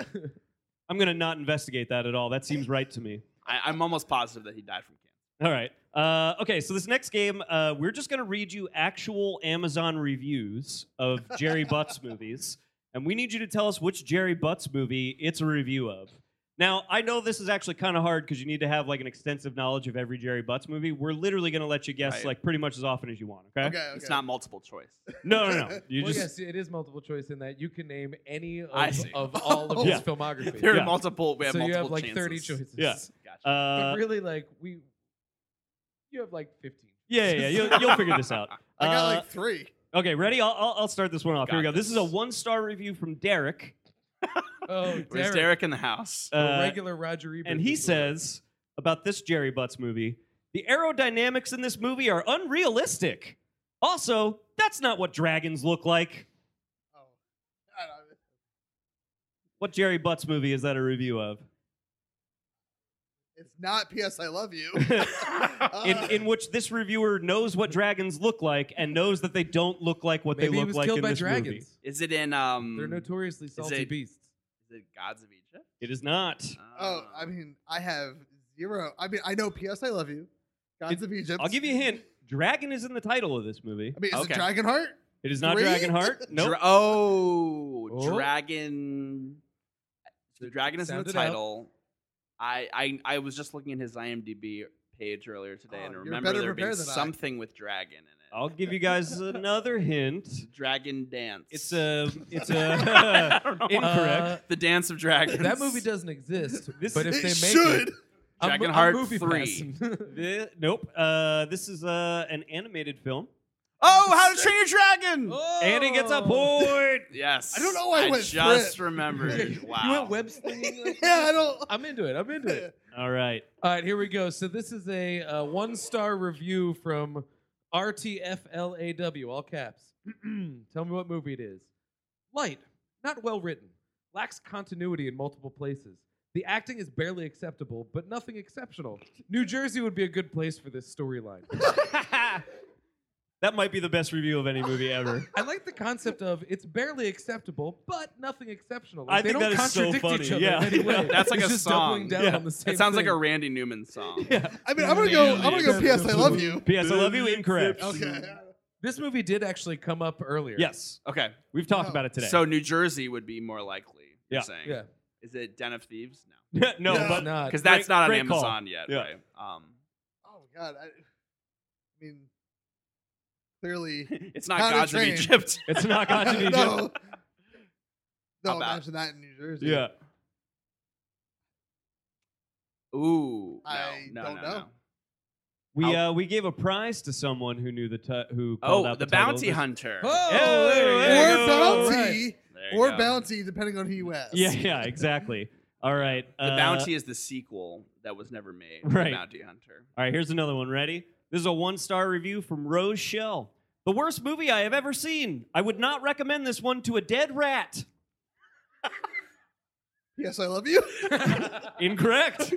C: I'm gonna not investigate that at all. That seems right to me.
E: I, I'm almost positive that he died from cancer.
C: All right. Uh, okay, so this next game, uh, we're just going to read you actual Amazon reviews of Jerry Butts movies. And we need you to tell us which Jerry Butts movie it's a review of. Now, I know this is actually kind of hard because you need to have like an extensive knowledge of every Jerry Butts movie. We're literally going to let you guess
E: Right.
C: like pretty much as often as you want, okay?
F: Okay, okay.
E: It's not multiple
C: [laughs]
E: choice.
C: No, no, no. You
D: well,
C: just
D: yes, it is multiple choice in that you can name any of,
E: I see. [laughs]
D: of all of his
C: Yeah.
D: filmography.
E: There
C: Yeah.
E: are multiple. We have
D: so you
E: multiple
D: have like
E: chances.
D: 30 choices.
C: Yeah.
E: Gotcha.
C: uh,
D: but really, like we, you have like 15.
C: yeah, yeah, yeah, you'll, you'll figure this out.
F: I got
C: Uh,
F: like three.
C: okay, ready? I'll, I'll, I'll start this one off. Here we
E: Got
C: go. This is a
E: this.
C: one-star review from Derek.
D: Oh,
E: Where's
D: Derek,
E: Derek in the house?
F: [laughs]
D: the
C: Uh,
D: regular Roger Ebert.
C: And he
D: disorder.
C: says about this Jerry Butts movie the aerodynamics in this movie are unrealistic. Also, that's not what dragons look like.
F: Oh. I don't-
C: What Jerry Butts movie is that a review of?
F: It's not PS I love you.
C: [laughs] in,
F: [laughs] Uh,
C: in which this reviewer knows what dragons look like and knows that they don't look like what
D: maybe
C: they
D: he
C: look
D: was
C: like
D: killed
C: in
D: by
C: this
D: dragons.
C: movie.
E: Is it in um?
D: They're notoriously salty
E: it-
D: beasts.
E: Is it Gods of Egypt?
C: It is not.
E: Uh,
C: Uh,
F: oh, I mean, I have zero. I mean, I know PS I love you. Gods
C: It-
F: of Egypt.
C: I'll give you a hint. Dragon is in the title of this movie.
F: I mean, is
E: Okay.
F: it Dragonheart? [laughs]
C: It is not
F: Three?
C: Dragonheart.
D: [laughs]
C: No.
E: Dra- oh,
D: Oh.
E: dragon. The dragon is in
D: Sound
E: the
D: it out.
E: title. I, I I was just looking at his IMDb page earlier today
F: Oh,
E: and
F: you're
E: remember
F: better
E: there being
F: prepared than I.
E: something with dragon in it.
D: Oh.
C: I'll give
D: [laughs]
C: you guys another hint.
E: Dragon dance. [laughs]
C: It's a
D: [laughs]
C: it's a [laughs]
E: don't know.
C: incorrect.
D: Uh,
E: the dance of dragons.
D: that movie doesn't exist.
C: [laughs] This-
D: but if
F: it
D: they make
F: should.
D: it, I'm-
E: Dragon
D: I'm
E: Heart
D: movie
E: 3.
D: passing. [laughs]
C: Th- nope. Uh, this is uh, an animated film.
E: Oh, How to
D: [laughs]
E: Train Your Dragon.
D: Oh.
C: And he gets
E: [laughs]
C: a point.
E: Yes.
F: I don't know why I went for
E: just
D: [laughs]
F: it.
E: remembered. Wow.
D: You went web
C: [laughs]
D: slinging. like
F: Yeah, I
D: that?
F: don't.
D: I'm into it. I'm into it.
C: All right.
D: All right, here we go. So this is a uh, one-star review from RTFLAW, all caps. [clears throat] Tell me what movie it is. Light, not well written, lacks continuity in multiple places. The acting is barely acceptable, but nothing exceptional. New Jersey would be a good place for this storyline.
C: That might be the best review of any movie ever.
D: [laughs]
C: [laughs]
D: I like the concept of it's barely acceptable, but nothing exceptional.
C: I
D: they
C: think
D: don't
C: that is so
D: contradict each
C: funny.
D: other
C: Yeah.
D: in any way.
E: That's like
D: It's
E: a
D: just doubling
E: song.
D: down
C: Yeah.
D: on the same
E: It sounds like a [laughs]
D: thing.
E: Randy Newman song.
C: [laughs] yeah.
F: I mean, I'm gonna go. I'm gonna go. PS I love you.
C: P.S. I love you. Incorrect.
F: Okay.
D: This movie did actually come up earlier.
C: Yes.
E: Okay.
C: We've talked
F: No.
C: about it today.
E: So New Jersey would be more likely. You're
C: Yeah.
E: saying.
D: Yeah.
E: Is it Den of Thieves? No.
C: [laughs] no,
F: Yeah.
C: but
D: not.
E: Because that's
C: Great-
E: not on
C: great call.
E: Amazon yet,
C: Yeah.
E: right? Um,
C: [laughs]
F: Oh God. I, I mean, clearly,
E: it's not
F: How to
E: Gods of
F: Train.
E: Egypt. [laughs]
C: it's [laughs] not God
F: [laughs]
C: to Egypt.
F: no.
E: How about-
F: No, imagine that in New Jersey.
C: Yeah.
E: Ooh, no,
F: I
E: no,
F: don't
E: no,
F: know.
E: no.
C: We
E: I'll-
C: uh, we gave a prize to someone who knew the ti who called
E: Oh,
C: out
E: the,
C: the, title of
E: Bounty
C: this- [gasps]
E: Hunter.
D: Oh,
C: Hey,
F: Or
D: there you
C: hey,
D: go.
F: bounty,
E: There you
F: or
E: go.
F: bounty, depending on who you ask.
C: Yeah, yeah, exactly. All right.
E: The
C: uh,
E: Bounty is the sequel that was never made.
C: Right.
E: The Bounty Hunter.
C: All right, here's another one. Ready? This is a one star review from Rose Shell. The worst movie I have ever seen. I would not recommend this one to a dead rat.
F: Yes, I love you. [laughs]
E: [laughs]
C: Incorrect.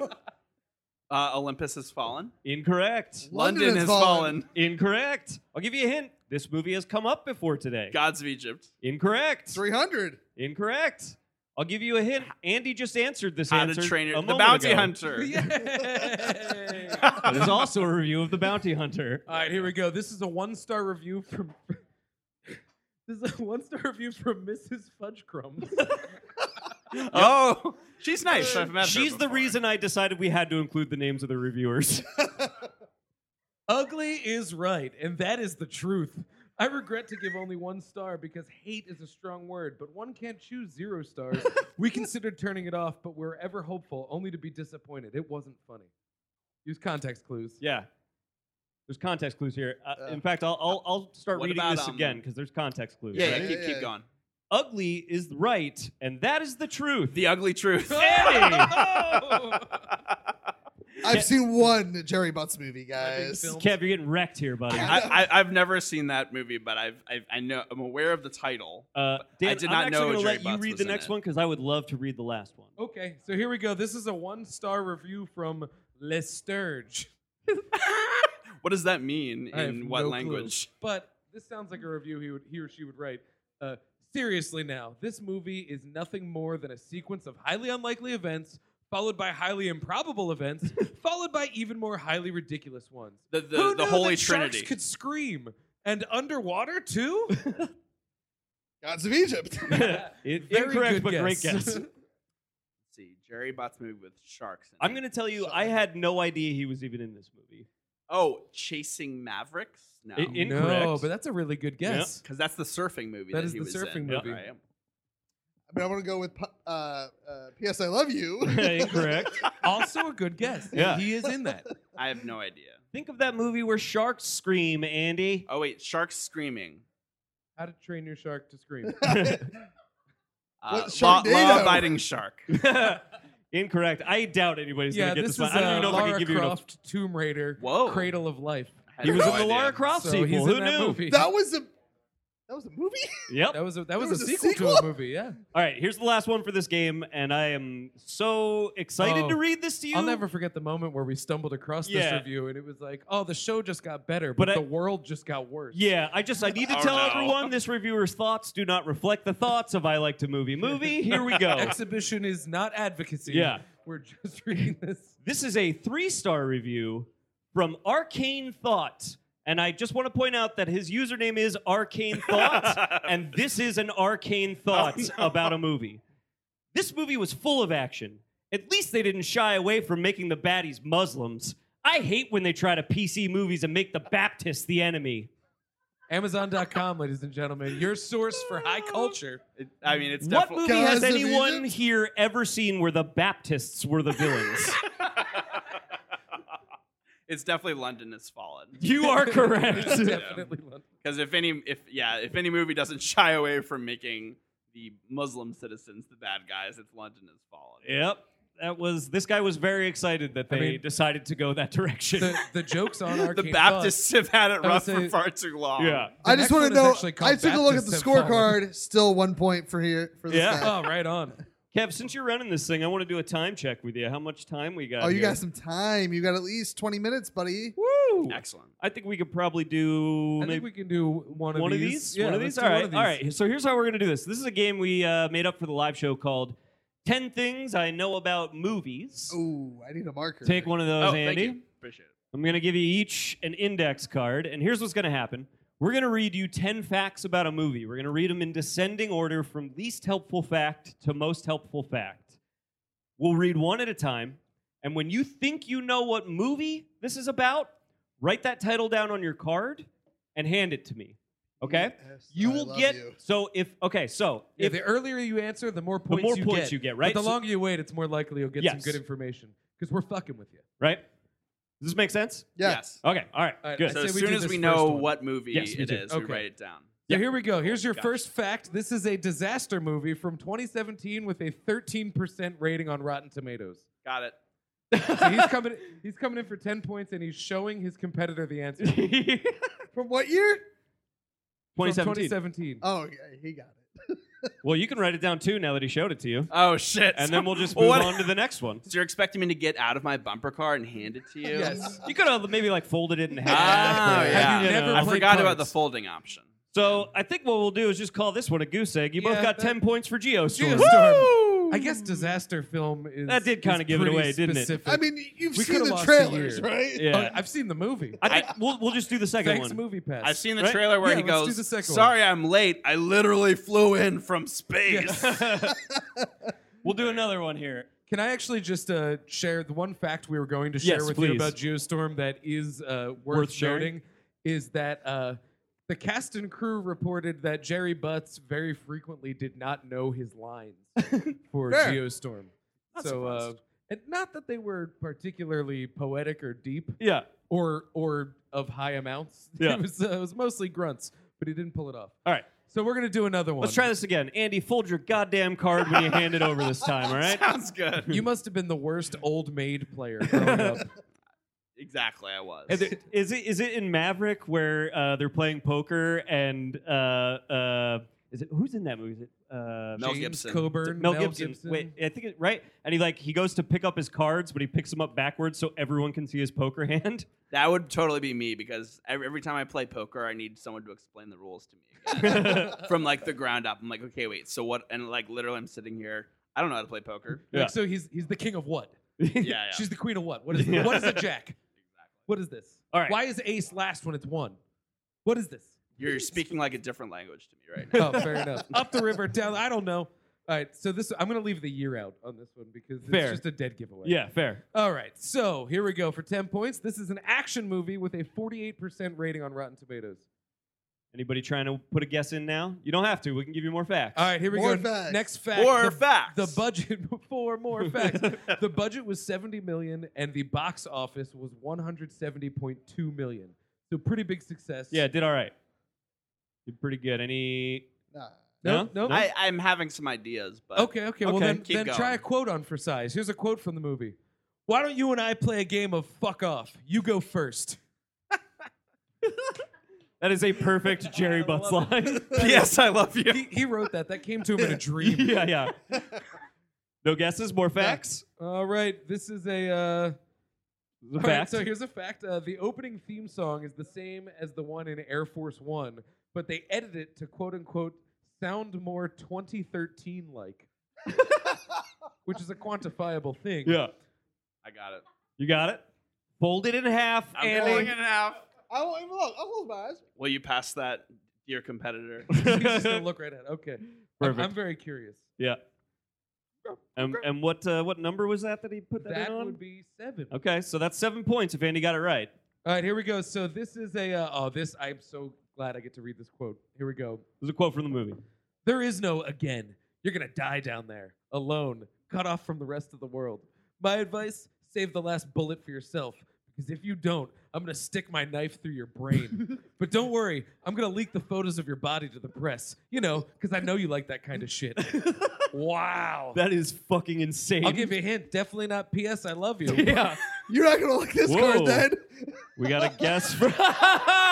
E: Uh, Olympus has fallen.
C: Incorrect.
F: London
E: London
F: has
E: has
F: fallen.
C: Incorrect. I'll give you a hint. This movie has come up before today.
E: Gods of Egypt.
C: Incorrect.
F: Three hundred.
C: Incorrect. I'll give you a hint. Andy just answered this
E: How to
C: answer.
E: train
C: a
E: your, the
C: moment
E: bounty
C: ago. [laughs]
E: hunter. [laughs]
D: Yay!
C: That is also a review of the Bounty Hunter.
D: All right, here we go. This is a one star review from. [laughs] This is a one star review from Mrs. Fudge Crumbs.
E: Oh, she's nice. I've met her
C: She's the
E: before.
C: reason I decided we had to include the names of the reviewers.
D: [laughs] Ugly is right, and that is the truth. I regret to give only one star because hate is a strong word, but one can't choose zero stars. we considered turning it off, but we're ever hopeful, only to be disappointed. It wasn't funny. Use context clues.
C: yeah. There's context clues here. Uh,
F: Uh,
C: in fact, I'll, I'll, I'll start
E: what
C: reading
E: about,
C: this
E: um,
C: again because there's context clues.
E: Yeah,
C: right?
E: yeah,
F: right?
E: keep,
F: Yeah,
E: keep
F: yeah.
E: going.
C: Ugly is right, and that is the truth.
E: The ugly
D: [laughs]
E: truth.
C: Andy!
F: I've seen one Jerry Butts movie, guys.
D: film.
C: [laughs] Kev, you're getting wrecked here, buddy.
E: I, I, I've never seen that movie, but I've, I've I know I'm aware of the title.
C: Uh, Dan,
E: I did
C: am
E: not
C: actually
E: know
C: gonna
E: Jerry
C: let
E: Butts
C: you read
E: was
C: the
E: in
C: next
E: it.
C: one because I would love to read the last
E: [laughs]
C: one.
D: Okay, so here we go. This is a one star review from Les Sturge.
E: what does that mean
D: I have
E: in what
D: no clue.
E: language?
D: But this sounds like a review he would he or she would write. Uh, seriously, now this movie is nothing more than a sequence of highly unlikely events, followed by highly
E: [laughs]
D: improbable events, followed by even more highly ridiculous ones.
E: The the,
D: Who
E: the
D: knew
E: Holy
D: that sharks
E: Trinity.
D: could scream and
E: [laughs]
D: underwater too.
F: Gods of Egypt. [laughs]
C: It-
D: Very
C: [laughs] incorrect,
D: good
C: but great
D: guess. [laughs]
E: [laughs]
C: guess.
E: Let's see Jerry Bot's movie with sharks. in
C: I'm
E: it.
C: going to tell you, I had no idea he was even in this
E: [laughs]
C: movie.
E: Oh, Chasing Mavericks. No,
C: It- it-
E: because
D: No,
C: Incorrect.
D: but that's a really good guess.
E: that's the surfing movie.
D: That
E: That,
D: is
E: he
D: the
E: was
D: surfing
E: in,
D: movie.
E: right?
F: I mean, I'm gonna go with pu- uh, uh, "P.S. I Love
D: [laughs]
F: You." [laughs]
C: incorrect.
D: Also a
E: [laughs]
D: good guess.
C: Yeah.
D: he is in that.
E: I have no idea.
C: Think of that movie where sharks scream, Andy.
E: Oh wait, sharks screaming.
D: How to Train Your Shark to Scream.
E: Uh,
F: What,
E: law,
F: Sharknado?
E: abiding shark. Oh.
C: [laughs] incorrect. I doubt anybody's
D: yeah,
C: going to get
D: this
C: this,
D: is
C: one.
D: uh,
C: I don't even know if I
D: Lara
C: can give you enough.
D: Croft Tomb Raider.
E: Whoa.
D: Cradle of Life.
E: I
C: He
E: had
C: was
E: no
C: in the
E: idea.
C: Lara Croft
D: So he's
C: sequel.
D: in
C: Who
D: that
C: knew?
D: movie.
F: that was a that was a movie.
C: Yep.
D: That was a that was,
F: was
D: a,
F: a
D: sequel, to a
F: sequel?
D: movie, yeah.
C: All right, here's the last one for this game, and I am so excited
D: Oh,
C: to read this to you.
D: I'll never forget the moment where we stumbled across this
C: Yeah.
D: review and it was like, oh, the show just got better,
C: But
D: but,
C: I-
D: the world just got worse.
C: Yeah, I just I need
E: [laughs]
C: to
E: Oh,
C: tell
E: no.
C: everyone this reviewer's thoughts do not reflect the thoughts of I like to movie movie. Here we
E: [laughs]
C: go.
D: Exhibition is not advocacy.
C: Yeah.
D: We're just [laughs] reading this.
C: this is a three-star review from Arcane Thought. And I just want to point out that his username is
F: [laughs]
C: Arcane Thought, and this is an
F: Oh,
C: Arcane Thought about a movie. This movie was full of action. At least they didn't shy away from making the baddies Muslims. I hate when they try to PC movies and make the Baptists the enemy.
D: Amazon.com, ladies and gentlemen, your source for high
C: [laughs]
D: culture.
E: It- I mean, it's
C: What
E: definitely.
C: movie has
F: Guys of
C: anyone
F: Egypt?
C: here ever seen where the Baptists were the
F: [laughs]
C: villains?
E: [laughs] it's definitely London has fallen.
C: you
E: [laughs]
C: are correct.
F: [laughs]
D: Definitely. love-
E: Because if any, if yeah, if any movie doesn't shy away from making the Muslim citizens the bad guys, it's London has fallen.
C: Yep. That was this guy was very excited that they
D: mean-
C: decided to go that [laughs]
E: [laughs]
C: direction.
D: The, the joke's
F: [laughs]
D: on our
E: the Baptists have had it
D: would
E: rough
D: say-
E: for far too long.
C: yeah.
F: I
D: next
F: just want
D: one
F: to
D: is
F: know.
D: actually called
F: I took a look at the
D: Baptists Have Fallen.
F: scorecard. Still one point for here for this
C: Yeah.
F: guy.
D: Oh, right on.
C: Kev, since you're running this thing, I want to do a time check with you. How much time we got?
F: Oh, you
C: here?
F: got some time. You got at least 20 minutes, buddy.
C: Woo!
E: excellent.
C: I think we could probably do
D: I think
C: maybe
D: we can do one of
C: one of
D: these.
C: these.
D: Yeah,
C: one of
D: let's do
C: these. All right.
D: one of
C: All
D: these.
C: right. So here's how we're gonna do this. This is a game we uh, made up for the live show called Ten Things I Know About Movies."
F: Oh, I need a marker.
C: Take one of those,
E: Oh,
C: Andy.
E: thank you. Appreciate it.
C: I'm going to give you each an index card, and here's what's going to happen. We're going to read you 10 facts about a movie. We're going to read them in descending order from least helpful fact to most helpful fact. We'll read one at a time, and when you think you know what movie this is about, write that title down on your card and hand it to me. Okay?
F: Yes,
C: You
F: Mm. I
C: will
F: love
C: get
F: you.
C: so if okay, so
D: Yeah,
C: if
D: the earlier you answer, the more
C: the
D: points,
C: more
D: you,
C: points
D: get.
C: you get, right?
D: But the
C: So-
D: longer you wait, it's more likely you'll get some
C: Yes.
D: good information because we're fucking with you.
C: right? Does this make sense?
F: Yeah.
E: Yes.
C: Okay, all right.
D: All right,
C: good.
D: I
E: So
C: [laughs]
D: say
E: as
D: we
E: soon
D: do
E: as
D: this
E: we
D: first
E: know
D: one.
E: what movie
C: Yes, me
E: it
C: too.
E: is, we
D: Okay.
E: write it down.
D: So here we go. Here's your
E: Gotcha.
D: first fact. This is a disaster movie from 2017 with a 13% rating on Rotten Tomatoes.
E: Got it.
D: So he's coming. [laughs] He's coming in for 10 points, and he's showing his competitor the
C: [laughs]
D: answer. From
C: 2017.
F: From what year?
D: 2017.
F: Oh, okay, he got it.
C: Well, you can write it down too now that he showed it to you.
E: Oh shit.
C: And then we'll just
E: Well,
C: move
E: [laughs] what-
C: on to the next one.
E: So you're expecting me to get out of my bumper car and hand it to you?
D: Yes.
C: You could have maybe like folded it
D: [laughs]
C: in half.
E: Ah,
C: or-
E: yeah.
D: you never
E: I
D: played
E: forgot about
D: cards?
E: the folding option.
C: So I think what we'll do is just call this one a goose egg. You both
D: Yeah,
C: got
D: that-
C: 10 points for Geostorm.
D: Geostorm. I guess disaster film is
C: That did kinda
D: is
C: give it
D: pretty
C: away, didn't it?
D: specific.
F: I mean, you've
D: We
F: seen
D: coulda
F: the
D: lost a
F: trailers,
D: year.
F: right?
D: Oh,
C: Yeah.
D: I've seen the movie.
C: I think we'll, we'll just do the second
D: Thanks,
C: one.
D: movie pass.
E: I've seen the
C: Right?
E: trailer where
D: Yeah,
E: he
D: let's do
E: goes,
D: the second one.
E: "Sorry, I'm late. I literally flew in from space."
D: [laughs]
E: [laughs]
C: [laughs] We'll do another one here.
D: Can I actually just uh, share the one fact we were going to share
C: Yes,
D: with
C: please.
D: you about Geostorm that is uh, worth,
C: Worth sharing?
D: noting is that uh, the cast and crew reported that Jerry Butts very frequently did not know his [laughs] lines for
F: Fair.
D: Geostorm. so, uh, and not that they were particularly poetic or deep
C: Yeah.
D: or or of high amounts. [laughs]
C: Yeah.
D: it, was, uh, it was mostly grunts, but he didn't pull it off.
C: All right.
D: So we're gonna do another one.
C: Let's try this again. Andy, fold your goddamn card when you hand it over this time, all [laughs] right?
E: Sounds good.
D: You must have been the worst old maid player
C: [laughs]
D: growing up.
E: exactly, I was.
C: Is it- is it is it in Maverick where uh, they're playing poker and uh, uh, is it who's in that movie? Is it uh,
E: Mel
D: James
E: Gibson.
D: Coburn.
C: Mel Gibson. Wait, I think it, right. And he like he goes to pick up his cards, but he picks them up backwards so everyone can see his poker hand. [laughs]
E: that would totally be me because every, every time I play poker, I need someone to explain the rules to me
D: [laughs]
E: again.
C: yeah.
E: from like the ground up. I'm like, okay, wait, so what? And like literally, I'm sitting here. I don't know how to play poker.
D: Like,
C: Yeah.
D: so he's he's the king of what?
E: Yeah, yeah.
D: She's the queen of what? What is
C: Yeah.
D: what is a jack? What is this?
C: All right.
D: Why is ace last when it's one? What is this? [laughs]
E: You're speaking like a different language to me right now.
D: Oh, fair enough. Up the river, down. I don't know. All right, so this I'm gonna leave the year out on this one because
C: Fair.
D: it's just a dead giveaway.
C: Yeah, fair.
D: All right, so here we go for ten points. This is an action movie with a 48% rating on Rotten Tomatoes.
C: Anybody trying to put a guess in now? You don't have to. We can give you more facts.
D: All right, here we
F: More
D: go.
F: facts.
D: Next [laughs] fact.
E: Or
D: the-
E: facts.
D: The budget [laughs] for more
C: [laughs]
D: facts. the budget was 70 million and the box office was 170.2 million. So pretty big success.
C: Yeah, did all right. Did pretty good. Any?
F: Nah.
D: No,
C: No?
D: no.
E: I, I'm having some ideas, but
D: okay, okay. Well
C: Okay.
D: then,
E: Keep
D: then try
E: going.
D: a quote on for size. Here's a quote from the movie. Why don't you and I play a game of fuck off? You go first.
C: That is
D: [laughs]
C: a perfect Jerry Butts line.
E: yes, I love you.
D: He, he wrote that. That came to him in a dream.
C: [laughs] yeah,
D: [laughs]
C: yeah. No guesses, more facts.
D: All right, this is a uh
C: The
D: All right,
C: facts.
D: so here's a fact: uh, the opening theme song is the same as the one in Air Force One, but they edit it to "quote unquote" sound more 2013
C: [laughs]
D: like, which is a quantifiable thing. [laughs]
C: yeah,
E: I got it.
C: you got it. Fold it in half,
E: I'm
C: Andy.
E: pulling it out.
F: I won't even look. I'll close my eyes.
E: Will you pass that, dear competitor?
D: He's [laughs] just
C: [laughs]
D: gonna look right at. It. Okay, I'm,
C: Perfect.
D: I'm very curious.
C: yeah. And, and what uh, what number was that that he put that,
D: That
C: in on?
D: would be seven.
C: okay, so that's seven points if Andy got it right.
D: All right, here we go. So this is a. Uh, oh, this I'm so glad I get to read this quote. Here we go.
C: There's a quote from the movie.
D: There is no again. You're going to die down there, alone, cut off from the rest of the world. My advice save the last bullet for yourself, because if you don't, I'm going to stick my knife through your
C: [laughs]
D: brain. but don't worry, I'm going to leak the photos of your body to the press, you know, because I know you like that kind of
C: [laughs]
D: shit. wow.
C: That is fucking insane.
D: I'll give you a hint. Definitely not P.S. I love
C: [laughs]
D: you.
C: Yeah,
F: You're not gonna like this
C: Whoa.
F: card, then.
C: we got a guess for. [laughs]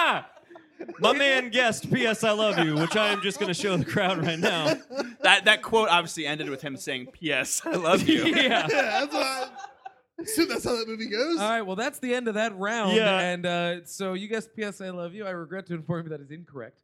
C: My man guessed "P.S. I love you," which I am just going to show the crowd
D: [laughs]
C: right now.
E: that that quote obviously ended with him saying, "P.S. I love
D: [laughs]
E: you."
C: [laughs] yeah.
F: Yeah, [laughs] that's what. I, assume that's how that movie goes.
D: All right, well, that's the end of that round.
C: Yeah.
D: And uh, so you guessed P.S. I love you. I regret to inform you that is incorrect.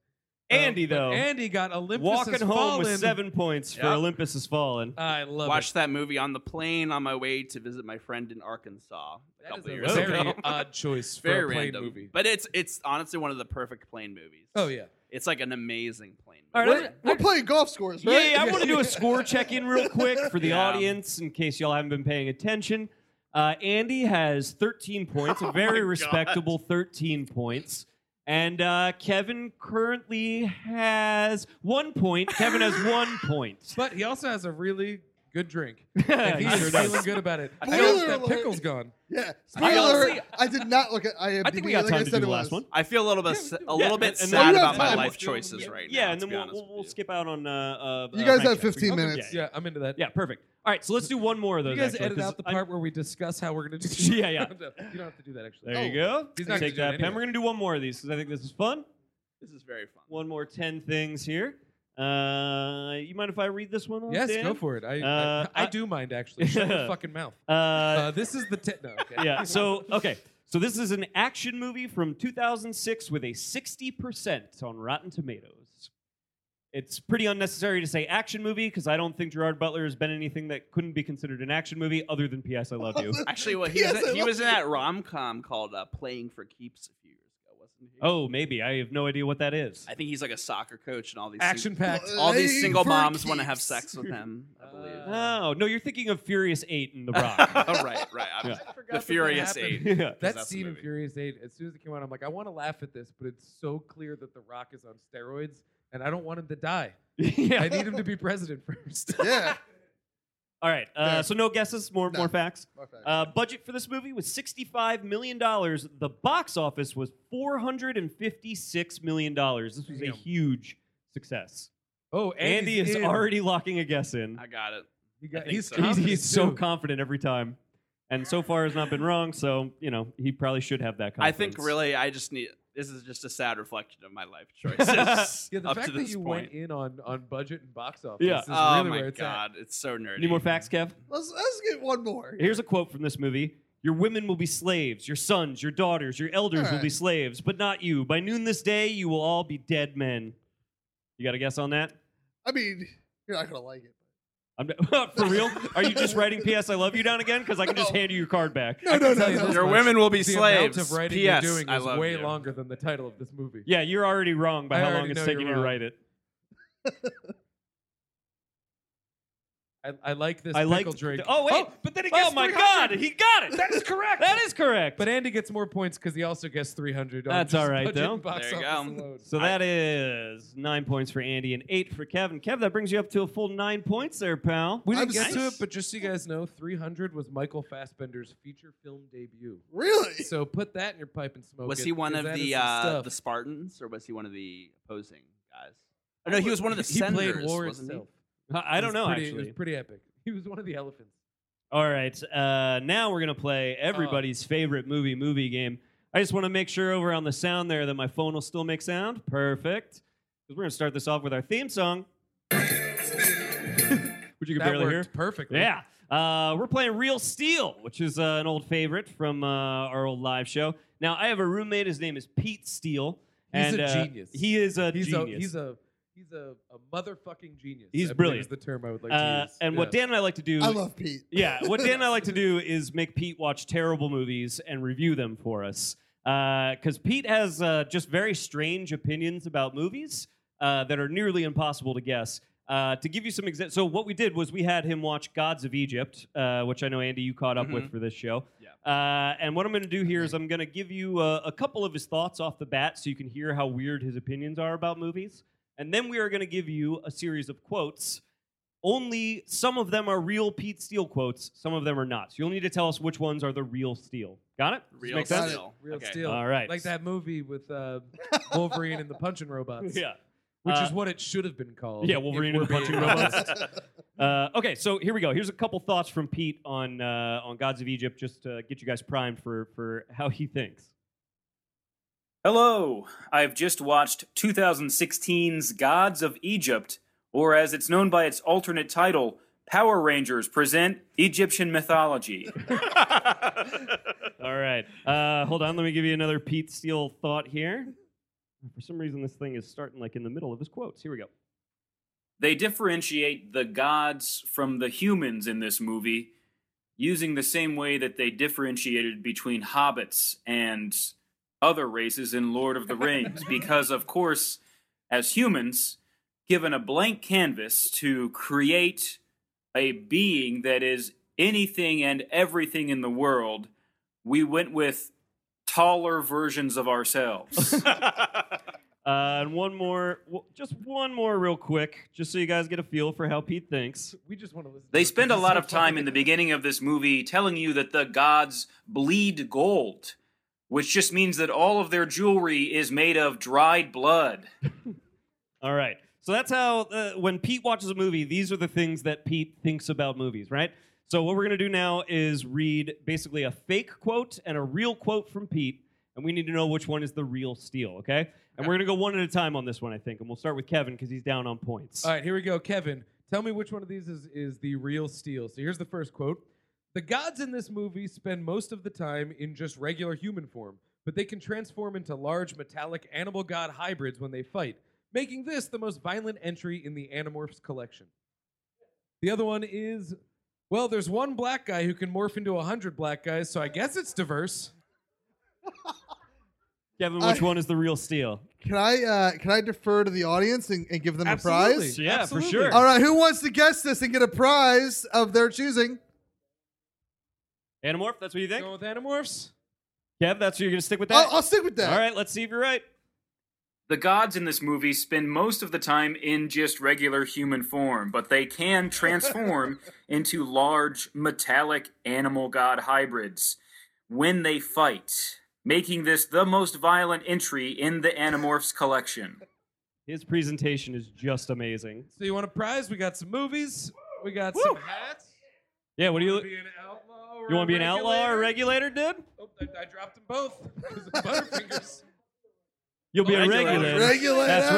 D: Um,
C: Andy
D: but
C: though,
D: Andy got Olympus
C: walking
D: Has
C: home with
D: Fallen.
C: seven points for
E: Yeah.
C: Olympus has fallen.
D: I love it.
E: Watched that movie on the plane on my way to visit my friend in Arkansas a
D: That is
E: couple
D: a
E: years
D: very
E: ago.
C: [laughs]
D: odd choice for
E: Very
D: a plane
E: random,
D: movie.
E: but it's it's honestly one of the perfect plane movies.
D: oh yeah,
E: it's like an amazing plane.
C: All
E: Movie.
C: right, I-
F: We're playing golf scores,
C: Yeah,
F: right?
C: yeah, I want to do a score check in real quick for the
E: Yeah.
C: audience in case y'all haven't been paying attention. Uh, Andy has 13 points, a very
E: God.
C: respectable 13 points. And uh, Kevin currently has one point. Kevin has one point.
D: but he also has a really good
C: [laughs]
D: drink, and
C: He
D: he's
C: sure does.
D: feeling good about
C: [laughs]
D: it. I
F: Spoiler
D: noticed that
F: alert.
D: pickle's gone.
F: Yeah.
E: I
F: Spoiler alert,
E: honestly-
F: I did not look at IMDb.
C: I think we got
F: like
C: time
F: I
C: to
F: said
C: do the
F: it
C: last
F: was.
C: one.
E: I feel a little bit s- a little
C: Yeah,
E: bit
C: and then-
E: sad
F: Oh, you
E: about
F: have
E: my
F: time.
E: life
D: We'll do-
E: choices
D: yeah,
E: right now.
C: yeah, and
E: to
C: then
E: be
C: we'll,
E: honest
C: we'll,
E: with
C: we'll
E: you.
C: skip out on. Uh, uh,
F: You guys
C: rank
F: have
C: checks.
F: 15
C: Okay,
F: minutes.
C: Yeah,
D: Yeah, I'm into that.
C: yeah, perfect. All right, so let's do one more of those.
D: You guys
C: actually,
D: edit
C: 'cause
D: out the
C: I-
D: part where we discuss how we're
C: [laughs]
D: gonna do.
C: Yeah, yeah.
D: [laughs] you don't have to do that actually.
C: there you go.
D: He's not gonna
C: Take
D: do it
C: that, Pam.
D: anyway.
C: We're gonna do one more of these because I think this is fun.
E: This is very
C: [laughs]
E: fun.
C: one more 10 things here. Uh, you mind if I read this one? Off,
D: Yes,
C: Dan?
D: go for it. I
C: Uh,
D: I, I
C: I-
D: do mind actually. Shut
C: [laughs]
D: your fucking mouth.
C: Uh,
D: Uh, this is the te- no, okay.
C: [laughs]
D: [laughs]
C: yeah, so, okay. So this is an action movie from 2006 with a 60% on Rotten Tomatoes. It's pretty unnecessary to say action movie because I don't think Gerard Butler has been anything that couldn't be considered an action movie other than P.S. I Love
D: [laughs]
C: You.
E: Actually,
F: [laughs]
E: well, he was
F: Yes, I
E: in, he
F: love
E: was in
F: it.
E: that rom com called uh, Playing for Keeps a few years ago, wasn't he?
C: Oh, maybe. I have no idea what that is.
E: I think he's like a soccer coach, and all these sing-
D: Action packed.
E: all these
F: Playing
E: single
F: for
E: moms want to
F: keeps.
E: have sex with him. I believe.
D: uh,
C: [laughs]
E: Oh,
C: Oh, no, you're thinking of Furious
D: [laughs]
C: 8 and The Rock. [laughs]
E: right, right. I was- The Furious Eight.
C: yeah.
D: That
E: that's the
D: scene in
E: movie.
D: Furious 8, as soon as it came out, I'm like, I want to laugh at this, but it's so clear that The Rock is on steroids, and I don't want him to die. [laughs]
C: yeah.
D: I need him to be president first.
F: [laughs] yeah.
C: All right. Uh,
F: Fair.
C: so no guesses, more,
F: No.
C: more facts.
F: Okay.
C: Uh, budget for this movie was $65 million. The box office was $456 million. This was a
D: Damn.
C: huge success.
D: [laughs] Oh,
C: Andy
D: Andy's
C: is
D: in.
C: already locking a
D: [laughs]
C: guess in.
E: I got it.
D: He
E: I
D: got,
E: think
D: he's
E: so.
C: He's,
D: confident,
C: he's so
D: too.
C: confident every time. And so far has not been wrong, so, you know, he probably should have that
E: I
C: confidence.
E: think really, I just need. This is just a sad reflection of my life choices
D: [laughs] Yeah, the
E: up
D: fact
E: to
D: that
E: this
D: you
E: point.
D: went in on, on budget and box office
C: Yeah.
D: is
E: oh
D: really
E: my
D: where it's
E: god, it's so nerdy.
C: [laughs] Any
D: [laughs]
C: more facts, Kev?
F: let's let's get one more.
C: Here's a quote from this movie. Your women will be slaves, your sons, your daughters, your elders will be
F: Alright.
C: slaves, but not you. By noon this day, you will all be dead men. You got a guess on that?
F: I mean, you're not gonna like it.
C: I'm [laughs] for real? Are you just writing "P.S. I love you" down again? Because I can just
F: No.
C: hand you your card back.
F: No,
D: can
F: no, no,
D: tell you
F: no.
D: this
E: Your
D: much.
E: women will be
D: at. The amount
E: slaves.
D: of writing
E: P.S.
D: you're doing
E: I
D: is
E: love
D: way
E: you. [laughs]
D: longer than the title of this movie.
C: Yeah, you're already wrong by
D: I
C: how
D: already
C: long it's
D: know
C: taking
D: you're
C: you to
D: wrong.
C: write it.
D: I, I like this
C: I
D: pickle
C: like.
D: drink.
C: Oh wait!
D: but then he
C: Oh,
D: gets
C: my
D: 300.
C: God! He got it.
D: That is [laughs] correct.
C: that is correct.
D: But Andy gets more points because he also gets 300. on
C: That's
D: just
C: all right,
D: budget
C: though.
D: and Box
E: There you
D: office
E: go.
D: alone.
C: so that is nine points for Andy and eight for Kevin. Kev, that brings you up to a full nine points there, pal.
D: We didn't
F: I'm
D: get to
F: nice.
D: it, but just so you guys know, 300 was Michael Fassbender's feature film debut.
F: Really?
D: So put that in your pipe and smoke
E: Was
D: it,
E: he one
D: 'cause
E: of
D: that is
E: the
D: some
E: uh,
D: stuff.
E: the Spartans, or was he one of the opposing guys? Oh, no, he was one of the
D: he
E: senators,
D: played war
E: wasn't
D: itself.
C: I I
D: It
C: don't
D: was
C: know
D: pretty, It
C: actually.
D: was pretty epic. He was one of the elephants.
C: All right. Uh, now we're going to play
D: Oh.
C: everybody's favorite movie movie game. I just want to make sure over on the sound there that my phone will still make sound. Perfect. Because we're going to start this off with our theme song, [laughs] which you can
D: that
C: barely
D: worked
C: hear.
D: perfectly.
C: Yeah. Uh, we're playing Real Steel, which is uh, an old favorite from uh, our old live show. Now, I have a roommate. His name is Pete Steele.
D: He's
C: and,
D: a
C: uh,
D: genius.
C: he is a
D: he's a
C: genius.
D: he's a he's a, a motherfucking genius.
C: He's
D: I believe
C: brilliant.
D: Is the term I would like
C: Uh,
D: to use.
C: and what
D: Yeah.
C: Dan and I like to do
F: I
C: [laughs]
F: love Pete.
C: yeah, what Dan and I like to do is make Pete watch terrible movies and review them for us. Because Pete has uh, just very strange opinions about movies uh, that are nearly impossible to guess. Uh, to give you some examples, so what we did was we had him watch Gods of Egypt, uh, which I know Andy you caught up with for this show.
E: Yeah.
C: Uh, and what I'm going to do here is I'm going to give you uh, a couple of his thoughts off the bat, so you can hear how weird his opinions are about movies. And then we are going to give you a series of quotes. Only some of them are real Pete Steele quotes, some of them are not. So you'll need to tell us which ones are the real Steele. Got it?
E: he?
C: Does it
E: Real
C: make sense?
F: Steele.
E: steel.
D: Real
E: Okay.
D: steel.
C: All right.
D: Like that movie with uh, Wolverine and the Punching Robots.
C: [laughs] Yeah.
D: Which
C: Uh,
D: is what it should have been called.
C: Yeah,
D: if
C: Wolverine
D: we're
C: and the
D: being
C: Punching
D: honest.
C: Robots. Uh, okay, so here we go. Here's a couple thoughts from Pete on uh, on Gods of Egypt, just to get you guys primed for for how he
E: [laughs]
C: thinks.
G: Hello! I've just watched 2016's Gods of Egypt, or as it's known by its alternate title, Power Rangers Present Egyptian Mythology.
C: All right. Uh, hold on. Let me give you another Pete Steele thought here. For some reason, this thing is starting like in the middle of his quotes. Here we go.
G: they differentiate the gods from the humans in this movie using the same way that they differentiated between hobbits and other races in Lord of the Rings because of course as humans given a blank canvas to create a being that is anything and everything in the world we went with taller versions of ourselves
C: Uh, and one more, w- just one more, real quick, just so you guys get a feel for how Pete thinks.
D: [laughs] We just want to listen.
G: They spend a lot of time in the beginning of this movie telling you that the gods bleed gold, which just means that all of their jewelry is made of dried blood.
C: All right. So that's how uh, when Pete watches a movie, these are the things that Pete thinks about movies, right? So what we're going to do now is read basically a fake quote and a real quote from Pete, and we need to know which one is the real steal, okay? And we're going to go one at a time on this one, I think, and we'll start with Kevin because he's down on points.
D: All right, here we go. Kevin, tell me which one of these is, is the real steal. So here's the first quote The gods in this movie spend most of the time in just regular human form, but they can transform into large metallic animal god hybrids when they fight. making this the most violent entry in the Animorphs collection. The other one is well, there's one black guy who can morph into a hundred black guys, so I guess it's diverse.
C: Kevin, which
F: I-
C: one is the real steal?
F: [laughs] Can I uh, can I defer to the audience and, and give them a prize?
D: Absolutely.
C: Yeah, for
D: Absolutely.
C: sure.
F: All right, who wants to guess this and get a prize of their choosing?
C: Animorph, that's what you think?
D: Going with Animorphs?
C: Kev, that's what you're going to stick with that?
F: I'll, I'll stick with that.
C: All right, let's see if you're right.
G: The gods in this movie spend most of the time in just regular human form, but they can transform into large metallic animal god hybrids when they fight, making this the most violent entry in the Animorphs collection.
C: His presentation is just amazing.
D: So you want a prize? We got some movies. We got
C: Woo.
D: some hats.
C: Yeah, what do you
D: Be an outlaw or a
C: you want to be an outlaw or a
D: regulator?
C: regulator, dude?
D: Oh, I, I dropped them both. [laughs] 'Cause of Butterfingers.
C: You'll [laughs] be
G: Oh,
C: a
G: regulator.
C: regulator.
F: Regulator.
C: That's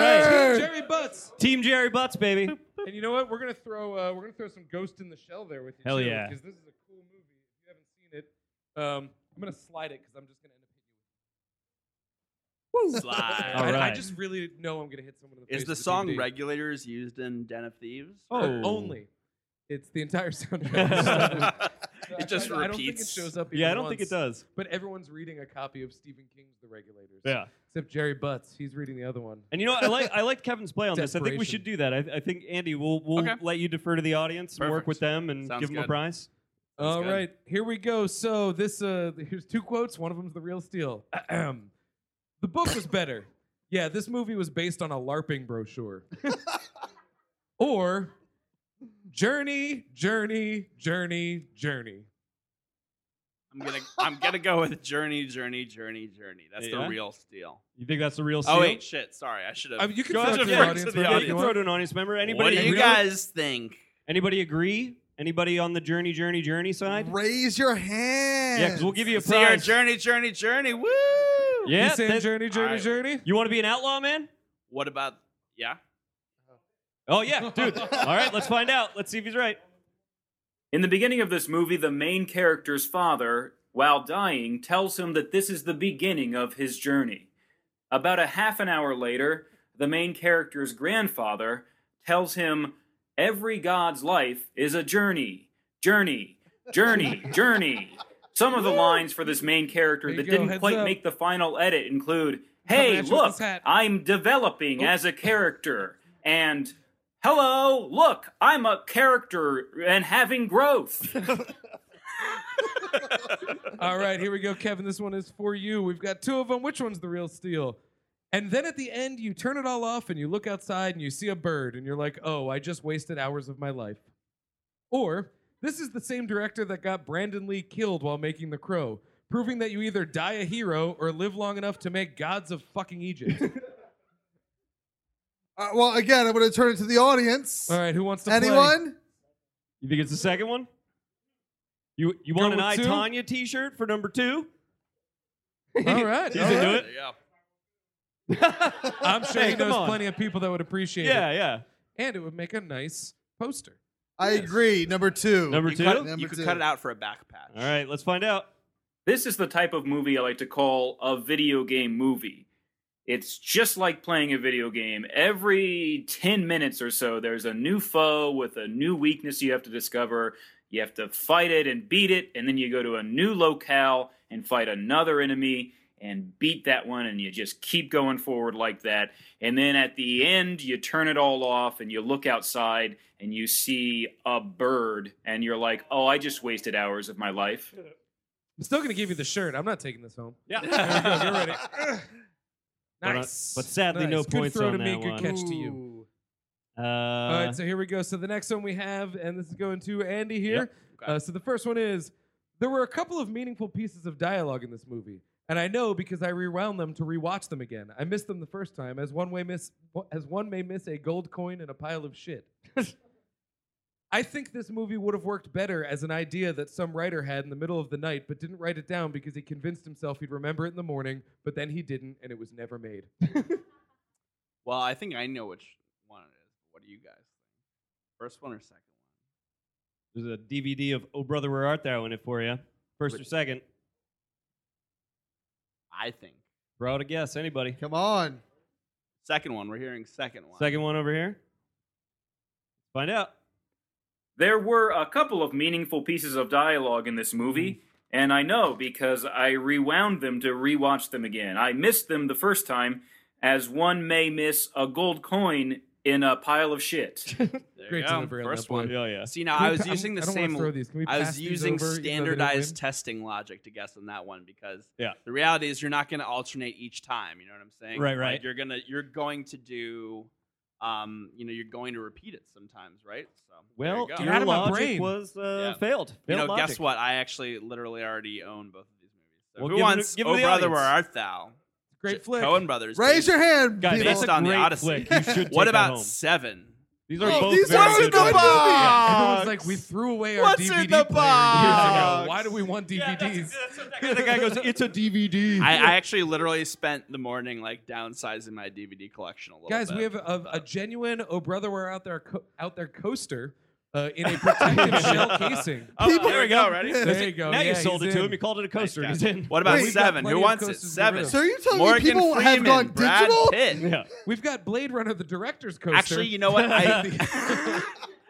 F: right.
D: Jerry Butts.
C: Team Jerry Butts, baby.
D: And you know what? We're gonna throw uh, we're gonna throw some Ghost in the Shell there with you.
C: Hell yeah.
D: Because this is a cool movie. If you haven't seen it, um, I'm gonna slide it because I'm just gonna end up hitting you.
E: Slide.
C: All
D: I- I,
C: right.
D: just really know I'm gonna hit someone in the face.
E: Is the
D: with a
E: song
D: DVD.
E: "Regulators" used in Den of
D: [laughs]
E: Thieves?
D: [laughs]
E: [laughs]
D: Or
C: Oh.
D: Only. [laughs] It's the entire
C: [laughs]
D: soundtrack.
E: it just
D: I, I don't think it
E: repeats.
D: shows up.
C: Yeah, I
D: even
C: don't think it
D: once,
C: does.
D: But everyone's reading a copy of Stephen King's The Regulators.
C: Yeah.
D: Except Jerry Butts. He's reading the other one.
C: And you know, what? I like I like Kevin's play on this. I think we
D: Desperation.
C: should do that. I, I think Andy, we'll we'll
E: Okay.
C: let you defer to the audience and work
E: Perfect.
C: with them and
E: Sounds
C: give them a
E: good.
C: prize.
E: Sounds
D: All
E: good.
D: right, here we go. So this uh here's two quotes. One of them's the real steal. [clears throat] Ahem. the book was better. Yeah, this movie was based on a LARPing brochure. or Journey, Journey, Journey, Journey.
E: I'm gonna I'm gonna go with Journey, Journey, Journey, Journey. That's
C: Yeah.
E: the real steal.
C: You think that's the real steal?
E: Oh wait, shit. Sorry, I should have.
D: I mean, you can
C: Go
D: throw
C: ahead
D: it to the
E: first
D: audience.
E: to the
D: whatever
C: Yeah, you
E: audience.
D: you
C: can
D: want.
C: throw to an audience member. Anybody?
E: what do you
C: agree?
E: guys think?
C: Anybody agree? Anybody on the journey, journey, journey side?
F: Raise your hand.
C: Yeah, because we'll give you a
E: See our
C: prize.
E: journey, journey, journey. Woo!
C: yeah,
D: He's saying
C: that-
D: Journey, Journey,
E: right.
D: Journey.
C: you want to be an outlaw, man?
E: What about? Yeah.
C: Oh yeah,
E: [laughs]
C: dude. All right, let's find out. Let's see if he's right.
G: In the beginning of this movie, the main character's father, while dying, tells him that this is the beginning of his journey. About a half an hour later, the main character's grandfather tells him every god's life is a journey, journey, journey, journey. Some of the lines for this main character
D: There
G: that
D: you go,
G: didn't
D: heads
G: quite
D: up.
G: make the final edit include
D: Coming
G: Hey,
D: at you with
G: look,
D: this hat."
G: I'm developing as a character, and Hello, look, I'm a character and having growth.
D: All right, here we go, Kevin. This one is for you. We've got two of them. Which one's the real steal? And then at the end, you turn it all off and you look outside and you see a bird and you're like, oh, I just wasted hours of my life. Or this is the same director that got Brandon Lee killed while making The Crow, proving that you either die a hero or live long enough to make gods of fucking Egypt.
F: Uh, well, again, I'm going to turn it to the audience.
D: all right, who wants to play?
F: Anyone?
C: You think it's the second one? You you
D: Go
C: want an
D: with
C: I
D: two?
C: Tanya T-shirt for number two?
D: All right,
C: [laughs] He's
D: all
C: into
D: right.
C: it.
E: Yeah.
D: I'm sure
C: Hey,
D: he
C: come
D: knows
C: on.
D: plenty of people that would appreciate it.
C: Yeah, yeah.
D: And it would make a nice poster.
F: I agree. Number two.
C: Number
E: You,
C: two.
E: cut,
C: All
E: you
F: Number
E: could
F: two.
E: cut it out for a back patch.
C: right, let's find out.
G: this is the type of movie I like to call a video game movie. It's just like playing a video game. Every 10 minutes or so, there's a new foe with a new weakness you have to discover. You have to fight it and beat it, and then you go to a new locale and fight another enemy and beat that one, and you just keep going forward like that. And then at the end, you turn it all off and you look outside and you see a bird, and you're like, oh, I just wasted hours of my life.
D: I'm still going to give you the shirt. I'm not taking this home.
C: [laughs]
D: [laughs]
C: Yeah.
D: There you go, get ready.
C: But, uh,
D: Nice.
C: but sadly, no
D: Nice. Good
C: points
D: throw
C: on
D: to me,
C: that
D: good
C: one.
D: catch to you.
F: Ooh.
C: Uh,
D: All right, so here we go. So the next one we have, and this is going to Andy here.
E: okay.
D: Uh, so the first one is there were a couple of meaningful pieces of dialogue in this movie, and I know because I rewound them to rewatch them again. I missed them the first time, as one way miss as one may miss a gold coin in a pile
E: [laughs]
D: of shit. I think this movie would have worked better as an idea that some writer had in the middle of the night, but didn't write it down because he convinced himself he'd remember it in the morning, but then he didn't, and it was never made.
E: Well, I think I know which one it is. What do you guys think? First one or second one?
C: there's a DVD of Oh Brother Where Art Thou in it for you. First or second?
E: I think.
C: Throw out a guess, anybody.
F: Come on.
E: Second one. We're hearing second one.
C: Second one over here. Find out.
G: There were a couple of meaningful pieces of dialogue in this movie, and I know because I rewound them to rewatch them again. I missed them the first time, as one may miss a gold coin in a pile of shit.
E: There you
D: Great
E: go.
D: delivery on
E: First
D: that one.
E: one.
C: Yeah, Oh, yeah.
E: See, now
D: Can
E: I
D: we
E: was
D: pa- [laughs] I'm-
E: using the
D: I don't wanna
E: same.
D: Throw these. Can we
E: I
D: pass
E: was
D: these
E: using
D: over, even though they didn't
E: standardized
D: win?
E: testing logic to guess on that one because
C: Yeah.
E: the reality is you're not going to alternate each time. You know what I'm saying?
C: Right,
E: Like,
C: right.
E: you're gonna you're going to do, um, you know, you're going to repeat it sometimes, right? So there
C: Well,
E: you go.
D: you're
C: your
D: out of my
C: logic
D: brain.
C: was uh,
E: Yeah.
C: failed.
E: You
C: Failed
E: know,
C: logic.
E: guess what? I actually literally already own both of these movies. So
C: Well,
E: who
C: give 'em-
E: wants
C: give 'em
E: Oh
C: the
E: Brother,
C: audience.
E: Where Art Thou?
D: Great flick.
E: Cohen Brothers.
F: Raise
E: dude.
F: your hand,
C: Guys,
F: people.
E: Based
C: that's a
E: on the
C: great
E: Odyssey.
C: flick. You should
E: [laughs]
C: take
E: What
C: that
E: about
C: home.
E: Seven?
C: These are
F: Oh,
C: both
F: these
C: very
F: are
C: good
F: the
C: movies.
F: box!
D: Everyone's like, we threw away our
E: What's in
D: DVD
E: the
D: player years ago.
E: box?
D: Why do we want DVDs? [laughs]
C: the guy goes, "It's a DVD."
E: I, I actually literally spent the morning like downsizing my DVD collection a little
D: Guys,
E: bit.
D: we have a, a genuine "Oh brother, we're out there, co- out there" coaster uh, in a
C: [laughs]
D: protective shell casing.
E: Oh,
F: People-
E: there we go. Ready?
D: There you go.
C: now you
D: Yeah,
C: sold
D: he's
C: it to
D: in.
C: him. You called it a coaster.
E: Thanks,
C: He's in.
E: What about
F: Wait, we've got
E: seven?
D: plenty
E: Who
D: of
E: wants it?
D: coasters to get
E: Seven.
D: rid of.
F: So are you telling
E: Morgan
F: me people
E: Freeman,
F: have gone
E: Brad
F: digital?
E: Pitt. [laughs]
C: [laughs] Yeah.
D: We've got Blade Runner, the director's coaster.
E: Actually, you know what?
C: [laughs]
E: I, [laughs]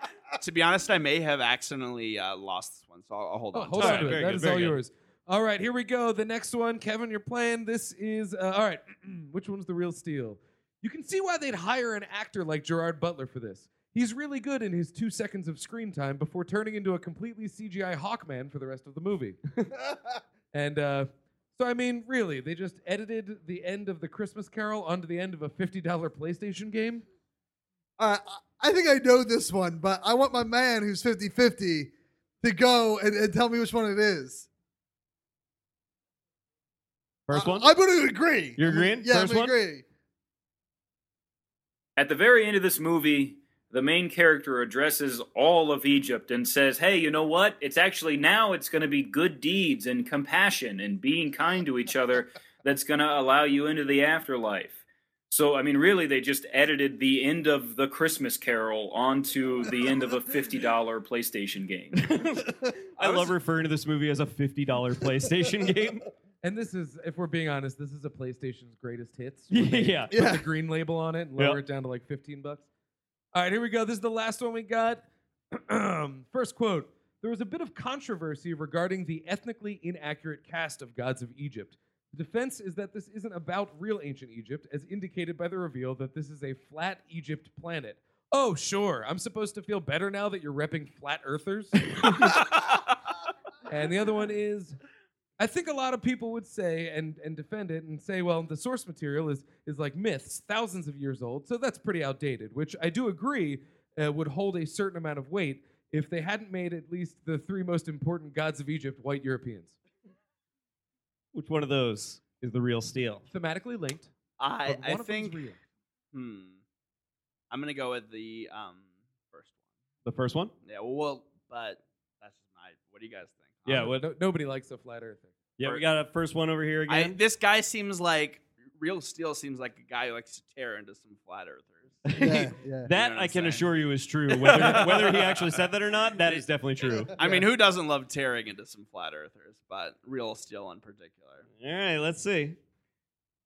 E: to be honest, I may have accidentally uh, lost this one, so I'll, I'll hold
D: Oh,
E: on.
D: hold
E: to
D: on
E: it. [laughs]
D: to it. That
C: very
D: is
C: good, very
D: all
C: good.
D: yours. All right, here we go. The next one, Kevin, you're playing. This is uh, all right. [clears throat] which one's the real steal? You can see why they'd hire an actor like Gerard Butler for this. He's really good in his two seconds of screen time before turning into a completely CGI Hawkman for the rest of the movie. and uh, so, I mean, really, they just edited the end of the Christmas Carol onto the end of a $50 PlayStation game.
F: Uh, I think I know this one, but I want my man who's 50 50 to go and, and tell me which one it is.
C: First one.
E: [laughs]
F: I, am going to agree.
C: You're
F: I'm gonna-
C: agreeing?
F: Yeah,
C: First
F: I'm
C: one?
F: going to agree.
G: At the very end of this movie, the main character addresses all of Egypt and says, Hey, you know what? It's actually now it's going to be good deeds and compassion and being kind to each other that's going to allow you into the afterlife. So, I mean, really, they just edited the end of the Christmas Carol onto the end of a $50 PlayStation game.
C: I love referring to this movie as a [laughs] fifty-dollar PlayStation game.
D: And this is, if we're being honest, this is a PlayStation's greatest hits. when they
C: [laughs] [laughs] yeah.
D: put
F: Yeah.
D: the green label on it and
C: Yeah.
D: lower it down to like 15 bucks. All right, here we go. This is the last one we got. [clears throat] First quote There was a bit of controversy regarding the ethnically inaccurate cast of gods of Egypt. The defense is that this isn't about real ancient Egypt, as indicated by the reveal that this is a flat Egypt planet. Oh, sure. I'm supposed to feel better now that you're repping flat earthers. and the other one is I think a lot of people would say and, and defend it and say, well, the source material is is like myths, thousands of years old, so that's pretty outdated. Which I do agree uh, would hold a certain amount of weight if they hadn't made at least the three most important gods of Egypt white Europeans,
C: Which one of those is the real steal?
D: thematically linked.
E: I,
D: but
E: I
D: one of them's
E: think.
D: real.
E: Hmm. I'm gonna go with the um first
C: The first one.
E: one. Yeah. Well, but that's just my. What do you guys think?
C: Yeah.
E: Um,
C: What?
D: No, nobody likes a flat earther.
C: Yeah. We got a first one over here
E: I,
C: again.
E: this guy seems like real steel. Seems like a guy who likes to tear into some flat
C: [laughs]
E: earthers.
F: Yeah, [laughs] yeah.
C: That
E: know what
C: I
E: I'm
C: can
E: saying.
C: assure you
E: [laughs]
C: is true. Whether, whether he actually said that or not, that is definitely [laughs] true.
E: I mean, who doesn't love tearing into some flat earthers? But real steel in particular.
C: All right, let's see.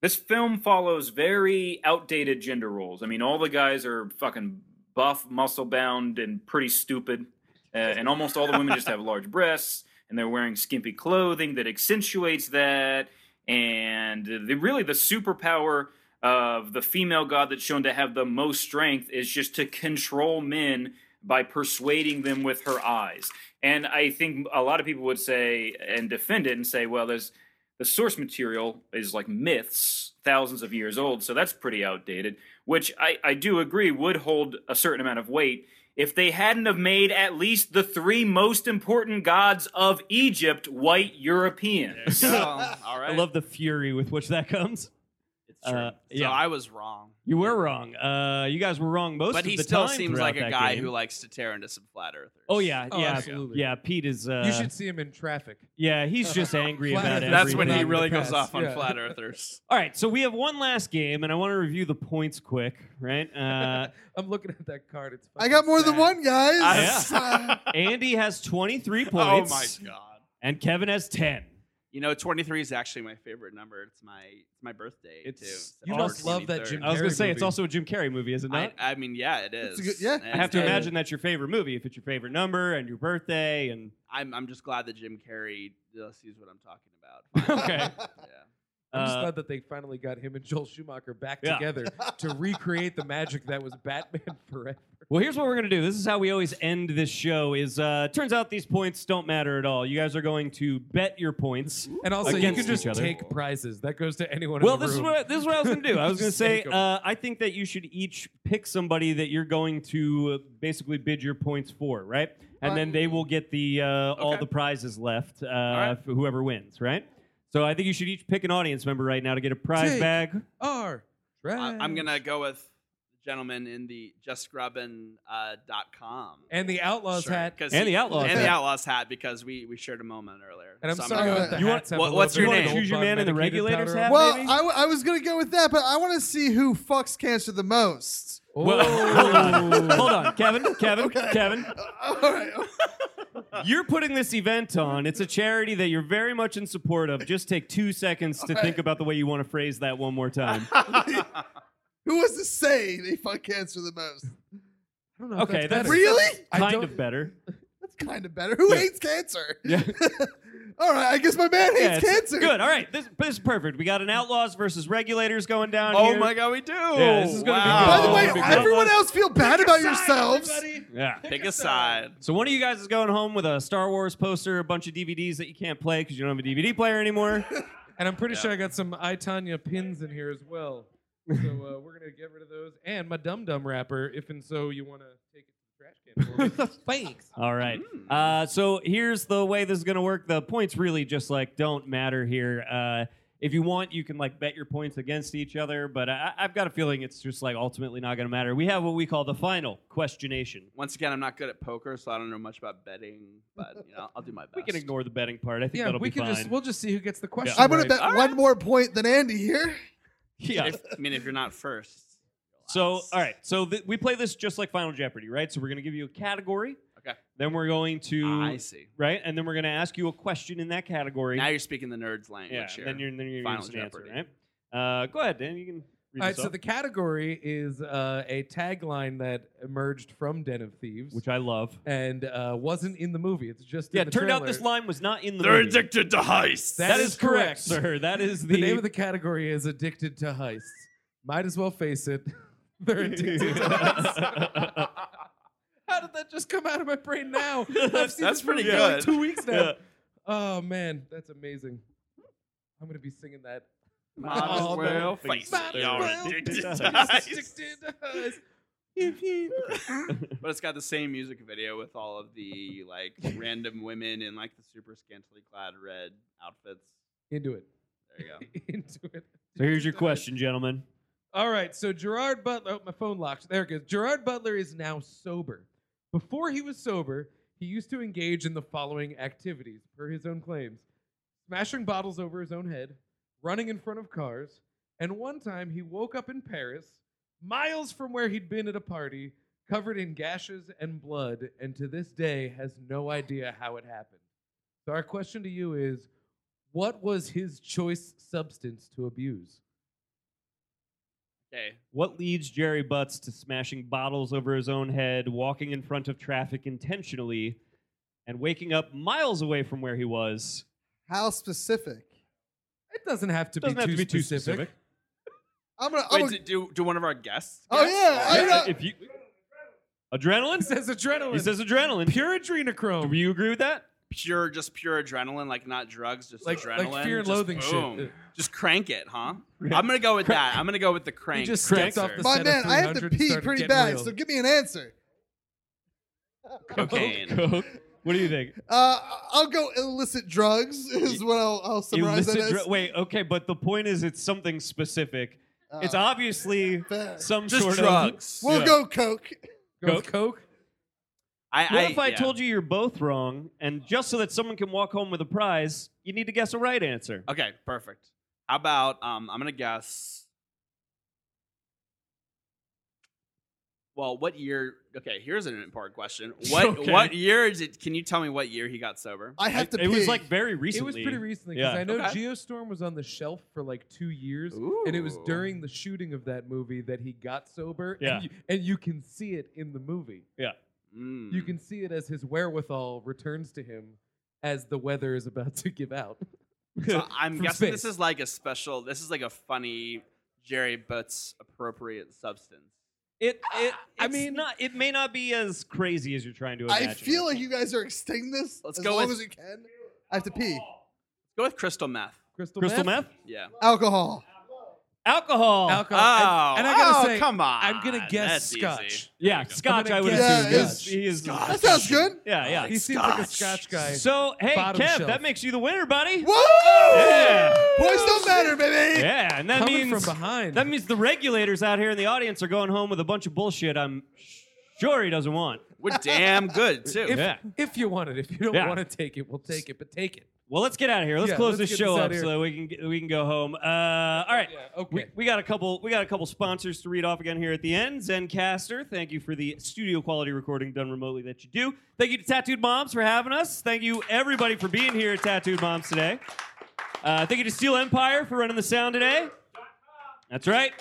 G: This film follows very outdated gender roles. I mean, all the guys are fucking buff, muscle bound, and pretty stupid. Uh, and almost all the women just have large breasts, and they're wearing skimpy clothing that accentuates that. And the, really, the superpower of the female god that's shown to have the most strength is just to control men by persuading them with her eyes. And I think a lot of people would say and defend it and say, well, there's the source material is like myths thousands of years old so that's pretty outdated which I, I do agree would hold a certain amount of weight if they hadn't have made at least the three most important gods of egypt white europeans
E: So, Um, all right.
C: [laughs] I love uh, the fury with which that comes.
E: It's true.
C: uh,
E: so
C: yeah.
E: I was wrong.
C: You were wrong. Uh, you guys were wrong most of
E: but
C: the
E: he
C: time.
E: still seems like a
C: throughout that
E: guy
C: game.
E: who likes to tear into some flat earthers.
C: Oh yeah,
D: Oh,
C: yeah,
D: absolutely.
C: yeah. Pete is. Uh,
D: you should see him in traffic.
C: Yeah, he's just angry
D: Flat
C: about
D: Earth.
E: [laughs]
C: it.
E: That's when he
D: Everything.
E: really
D: In the
E: goes
D: past,
E: off on
D: yeah.
E: flat
C: [laughs]
E: earthers.
C: All right, so we have one last game, and I want to review the points quick, right? Uh,
D: [laughs] I'm looking at that card. It's
F: I got
D: fucking
F: more than
D: sad.
F: one, guys.
E: [laughs]
C: Yeah. Andy has twenty-three points,
E: Oh, god.
C: and Kevin has ten.
E: You know, 23 is actually my favorite number. It's my it's my birthday too.
D: It's-
E: It's
D: you
E: October
D: must love that
E: 23rd.
D: Jim
C: I was going
D: Carrey
C: to say, it's
D: movie.
C: also a Jim Carrey movie, is it
E: I,
C: not?
E: I mean, yeah, it is.
F: a good- yeah.
E: And
C: I have to
E: it's-
C: imagine that's your favorite movie if it's your favorite number and your birthday and
E: I'm I'm just glad that Jim Carrey uh, sees what I'm talking about. [laughs]
C: okay.
E: yeah.
D: I'm just
C: Uh,
D: glad that they finally got him and Joel Schumacher back
C: Yeah.
D: together
C: [laughs]
D: to recreate the magic that was Batman Forever.
C: Well, here's what we're gonna do. This is how we always end this show. Is uh, turns out these points don't matter at all. You guys are going to bet your points.
D: And also, you
C: Against
D: can just
C: each other.
D: take prizes. That goes to anyone.
C: Well,
D: in the
C: this is
D: room.
C: what this is what I was
D: [laughs]
C: gonna do. I was gonna
D: Just
C: say
D: take 'em.
C: uh, I think that you should each pick somebody that you're going to uh, basically bid your points for, right? And then they will get the uh, all
E: Okay.
C: the prizes left. Uh,
E: right.
C: for whoever wins, right? So I think you should each pick an audience member right now to get a prize
D: Take.
C: bag.
D: R.
E: I, I'm
D: Trash.
E: gonna go with the gentleman in the justgrubbin.com. Uh, dot com
D: and the Outlaws
E: shirt,
D: hat.
E: 'cause
C: And
E: he-
C: the Outlaws
E: and the
C: hat.
E: Outlaws hat because we we shared a moment earlier.
D: And I'm
E: So
D: sorry,
E: gonna
F: go
D: but
F: with
D: the
F: that.
E: You want-
D: hats have
E: what-
D: a little
E: what's
D: bit
E: your
D: of
E: name?
D: gold
C: Choose your
D: bond
C: man in the
D: medicated
C: regulators
D: powder.
C: hat?
F: [laughs] Well,
C: maybe?
F: I, w- I was gonna go with that, but I want to see who fucks cancer
E: [laughs]
F: the most.
C: Well, [laughs] hold on, [laughs] hold on, Kevin, Kevin, Kevin.
F: All right.
C: You're putting this event on. It's a charity that you're very much in support of. Just take two seconds to think about the way you want to phrase that one more time.
F: Who was to say they fuck cancer the most?
D: I don't know if
C: Okay, that's
D: better.
F: Really?
D: [laughs] I
C: kind
D: don't-
C: of
D: [laughs]
C: better.
F: That's kind of better. Who hates cancer? [laughs]
C: Yeah.
F: All right, I guess my
D: [laughs]
F: man hates
C: Yeah, it's
F: cancer.
C: Good. All right. This, this is perfect. We got an outlaws versus regulators going down
E: Oh
C: here.
E: my god, we do.
C: Yeah, this is gonna be
E: wow.
C: good.
F: By the
C: Oh,
F: way,
C: that'd be great.
F: everyone else feel bad about yourselves.
C: Yeah.
E: pick a side.
C: So one of you guys is going home with a Star Wars poster, a bunch of DVDs that you can't play because you don't have a DVD
D: [laughs]
C: player anymore.
D: And I'm pretty sure I got some I Tanya pins in here as well. So uh, we're gonna get rid of those and my Dum Dum wrapper. If and so you want to take it to the trash can. For me. Thanks.
C: All right.
D: Hmm.
C: Uh, so here's the way this is going to work. The points really just like don't matter here. Uh, if you want, you can like bet your points against each other, but I, I've got a feeling it's just like ultimately not going to matter. We have what we call the final questionation.
E: Once again, I'm not good at poker, so I don't know much about betting, but you know, I'll do my best.
C: We can ignore the betting part. I think
D: Yeah,
C: that'll
D: we
C: be
D: can
C: fine.
D: just we'll just see who gets the question.
F: I'm gonna
D: right.
F: bet one more point than Andy here.
C: [laughs] yeah.
E: If, I mean, if you're not first.
C: So all right. So th- we play this just like Final Jeopardy, right? So we're going to give you a category.
E: Okay.
C: Then we're going to
E: I see.
C: right, and then we're going to ask you a question in that category.
E: Now you're speaking the nerd's language
C: yeah.
E: here.
C: Then you're then you're going
E: Final
C: to an answer,
E: Jeopardy.
C: right? Uh, go ahead, Dan. You can. Read
D: All right,
C: this
D: so
C: off,
D: the category is uh, a tagline that emerged from Den of Thieves,
C: which I love.
D: and uh, wasn't in the movie. It's just
C: Yeah,
D: in the
C: turned out this
D: trailer.
C: line was not in the
E: They're
C: movie.
E: addicted to heists.
C: that is correct, sir. That is
D: [laughs]
C: the,
D: The name of the category is "Addicted to Heists." Might as well face it. [laughs] They're
C: [laughs]
D: addicted to heists. [laughs] How did that just come out of my brain now? I've
E: [laughs]
D: seen
E: That's
D: this movie
E: pretty
D: for like
E: good.
D: two weeks now.
C: [laughs] Yeah.
D: [laughs] Oh man, that's amazing. I'm gonna be singing that.
E: [laughs] Might as
D: Oh,
E: well
D: no.
E: face
D: Might
E: it.
D: as well
E: You're addicted
D: face
E: to
D: it.
E: heists.
D: Addicted to heists. If you-
E: [laughs] But it's got the same music video with all of the like random women in like the super scantily clad red outfits.
D: [laughs] Into it. [laughs]
E: There you go.
D: Into it.
C: So here's your question, gentlemen.
D: All right, so Gerard Butler. Oh, my phone locked. There it goes. Gerard Butler is now sober. Before he was sober, he used to engage in the following activities, per his own claims smashing bottles over his own head, running in front of cars, and one time he woke up in Paris, miles from where he'd been at a party, covered in gashes and blood, and to this day has no idea how it happened. So, our question to you is what was his choice substance to abuse?
E: Okay.
C: What leads Jerry Butts to smashing bottles over his own head, walking in front of traffic intentionally, and waking up miles away from where he was?
F: How specific?
D: It doesn't have to
C: Doesn't
D: be
C: have
D: too
C: to be too
D: specific. [laughs]
C: specific.
F: I'm
D: Oh,
F: gonna. I'm
E: Wait,
F: gonna
E: do, do do one of our guests?
F: oh
E: guess?
F: yeah, I know.
C: If [laughs] you adrenaline,
D: It says adrenaline.
C: he says adrenaline.
D: pure adrenochrome.
C: Do you agree with that?
E: Pure, just pure adrenaline, like not drugs, just
D: like,
E: adrenaline.
D: like fear and
E: just
D: loathing
E: boom.
D: shit.
E: Just crank it, huh?
D: [laughs]
E: I'm gonna go with that. I'm gonna go with the crank.
D: just stepped
E: cranks
D: off the
F: My
D: set of
F: man, I have to
D: 300 and
F: pee
D: started
F: pretty
D: getting
F: bad,
D: real.
F: so give me an answer.
E: cocaine.
C: [laughs]
D: [laughs]
C: Coke. What do you think?
F: Uh, I'll go illicit drugs [laughs] is what I'll, I'll summarize that
C: Illicit
F: as.
C: dr- Wait, okay, but the point is, it's something specific.
F: Uh,
E: [laughs]
C: it's obviously
F: fair.
C: some
E: Just
C: sort
E: drugs.
C: of.
F: we'll
C: Yeah.
F: go coke.
D: Go with Coke.
E: I,
C: What if I
E: yeah.
C: told you you're both wrong, and just so that someone can walk home with a prize, you need to guess a right answer?
E: Okay, perfect. How about um? I'm gonna guess. Well, what year? Okay, here's an important question.
D: [laughs]
E: What
D: Okay.
E: what year is it? Can you tell me what year he got sober?
F: I have to.
C: it was
F: pee.
C: like very recently.
D: It was pretty recently because
C: Yeah.
D: I know
E: Okay.
D: Geostorm was on the shelf for like two years, and it was
E: Ooh.
D: during the shooting of that movie that he got sober.
C: Yeah.
D: and you, and you can see it in the movie.
E: Mm.
C: Hmm.
D: You can see it as his wherewithal returns to him as the weather is about to give out. [laughs]
E: So I'm
D: From
E: guessing
D: space.
E: this is like a special. This is like a funny Jerry Butts appropriate substance.
C: It, it
D: I
C: I mean,
D: mean-
C: not it may not be as crazy as you're trying to imagine.
F: I feel like you guys are extending this
E: Let's
F: as
E: go
F: long
E: with-
F: as you can. I have to pee.
E: Go with crystal meth.
D: Crystal,
C: crystal meth,
E: Yeah.
F: Alcohol.
C: alcohol.
D: alcohol,
C: Ah,
E: Oh,
D: and, and I gotta
E: oh,
D: say,
E: come on.
D: I'm gonna guess
E: That's easy.
D: Scotch.
C: yeah, scotch. I would
D: guess
C: assume
F: Yeah,
C: is,
D: Scotch.
C: he is
F: That sounds good.
C: [laughs] Yeah, yeah.
D: He seems like a Scotch guy.
C: So hey,
D: Bottom
C: Kev,
D: shelf.
C: that makes you the winner, buddy.
F: Whoa!
C: Yeah.
F: Boys don't matter, baby.
C: Yeah, and that
D: Coming
C: means
D: from behind.
C: that means the regulators out here in the audience are going home with a bunch of bullshit. I'm sure he doesn't want.
E: We're damn good too.
D: [laughs] if,
C: yeah.
D: if you want it, if you don't
C: Yeah.
D: want to take it, we'll take it. But take it.
C: Well, let's get out of here. Let's
D: Yeah,
C: close
D: let's
C: this
D: get
C: show
D: this out
C: up
D: of
C: so
D: here.
C: that we can get, we can go home. Uh, all right.
D: okay.
C: We, we got a couple. We got a couple sponsors to read off again here at the end. Zencaster, thank you for the studio quality recording done remotely that you do. Thank you to Tattooed Moms for having us. Thank you everybody for being here at Tattooed Moms today. Uh, thank you to Steel Empire for running the sound today. That's right.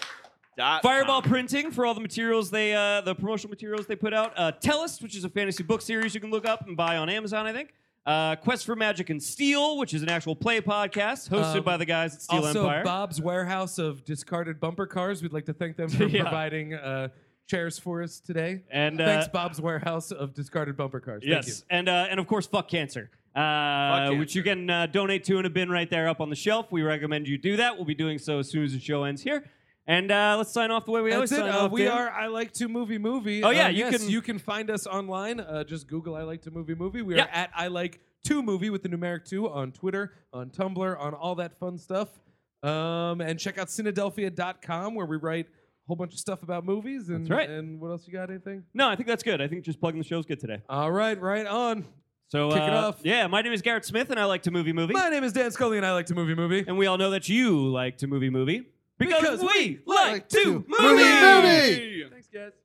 E: Dot
C: Fireball
E: com.
C: Printing for all the materials they, uh, the promotional materials they put out. Uh, Tellus, which is a fantasy book series you can look up and buy on Amazon, I think. Uh, Quest for Magic and Steel, which is an actual play podcast hosted
D: Um,
C: by the guys at Steel
D: also,
C: Empire.
D: Bob's warehouse of discarded bumper cars. We'd like to thank
C: [laughs]
D: them for
C: Yeah.
D: providing uh, chairs for us today.
C: and uh,
D: Thanks, Bob's warehouse of discarded bumper cars. Thank
C: yes, and uh, and of course, fuck cancer. Uh,
E: Fuck
C: which you
E: cancer.
C: can uh, donate to in a bin right there up on the shelf. We recommend you do that. We'll be doing so as soon as the show ends here. And uh, let's sign off the way we
D: you.
C: always
D: That's it.
C: sign
D: Uh,
C: off.
D: we
C: Dan.
D: are I Like to Movie Movie.
C: Oh, yeah,
D: Um,
C: you
D: yes,
C: can-
D: you can find us online. Uh, just Google I Like to Movie Movie. We
C: Yeah.
D: are at I Like to Movie with the numeric two on Twitter, on Tumblr, on all that fun stuff. Um, and check out Cynadelphia.com where we write a whole bunch of stuff about movies. And,
C: That's right.
D: And what else you got? Anything?
C: No, I think that's good. I think just plugging the show's good today.
D: All right, right on.
C: So
D: Kick
C: uh,
D: it off.
C: Yeah, my name is Garrett Smith, and I like to movie movie.
D: My name is Dan Scully, and I like to movie movie.
C: And we all know that you like to movie movie because, we like to
F: movie.
C: movie.
F: movie.
D: Thanks, guys.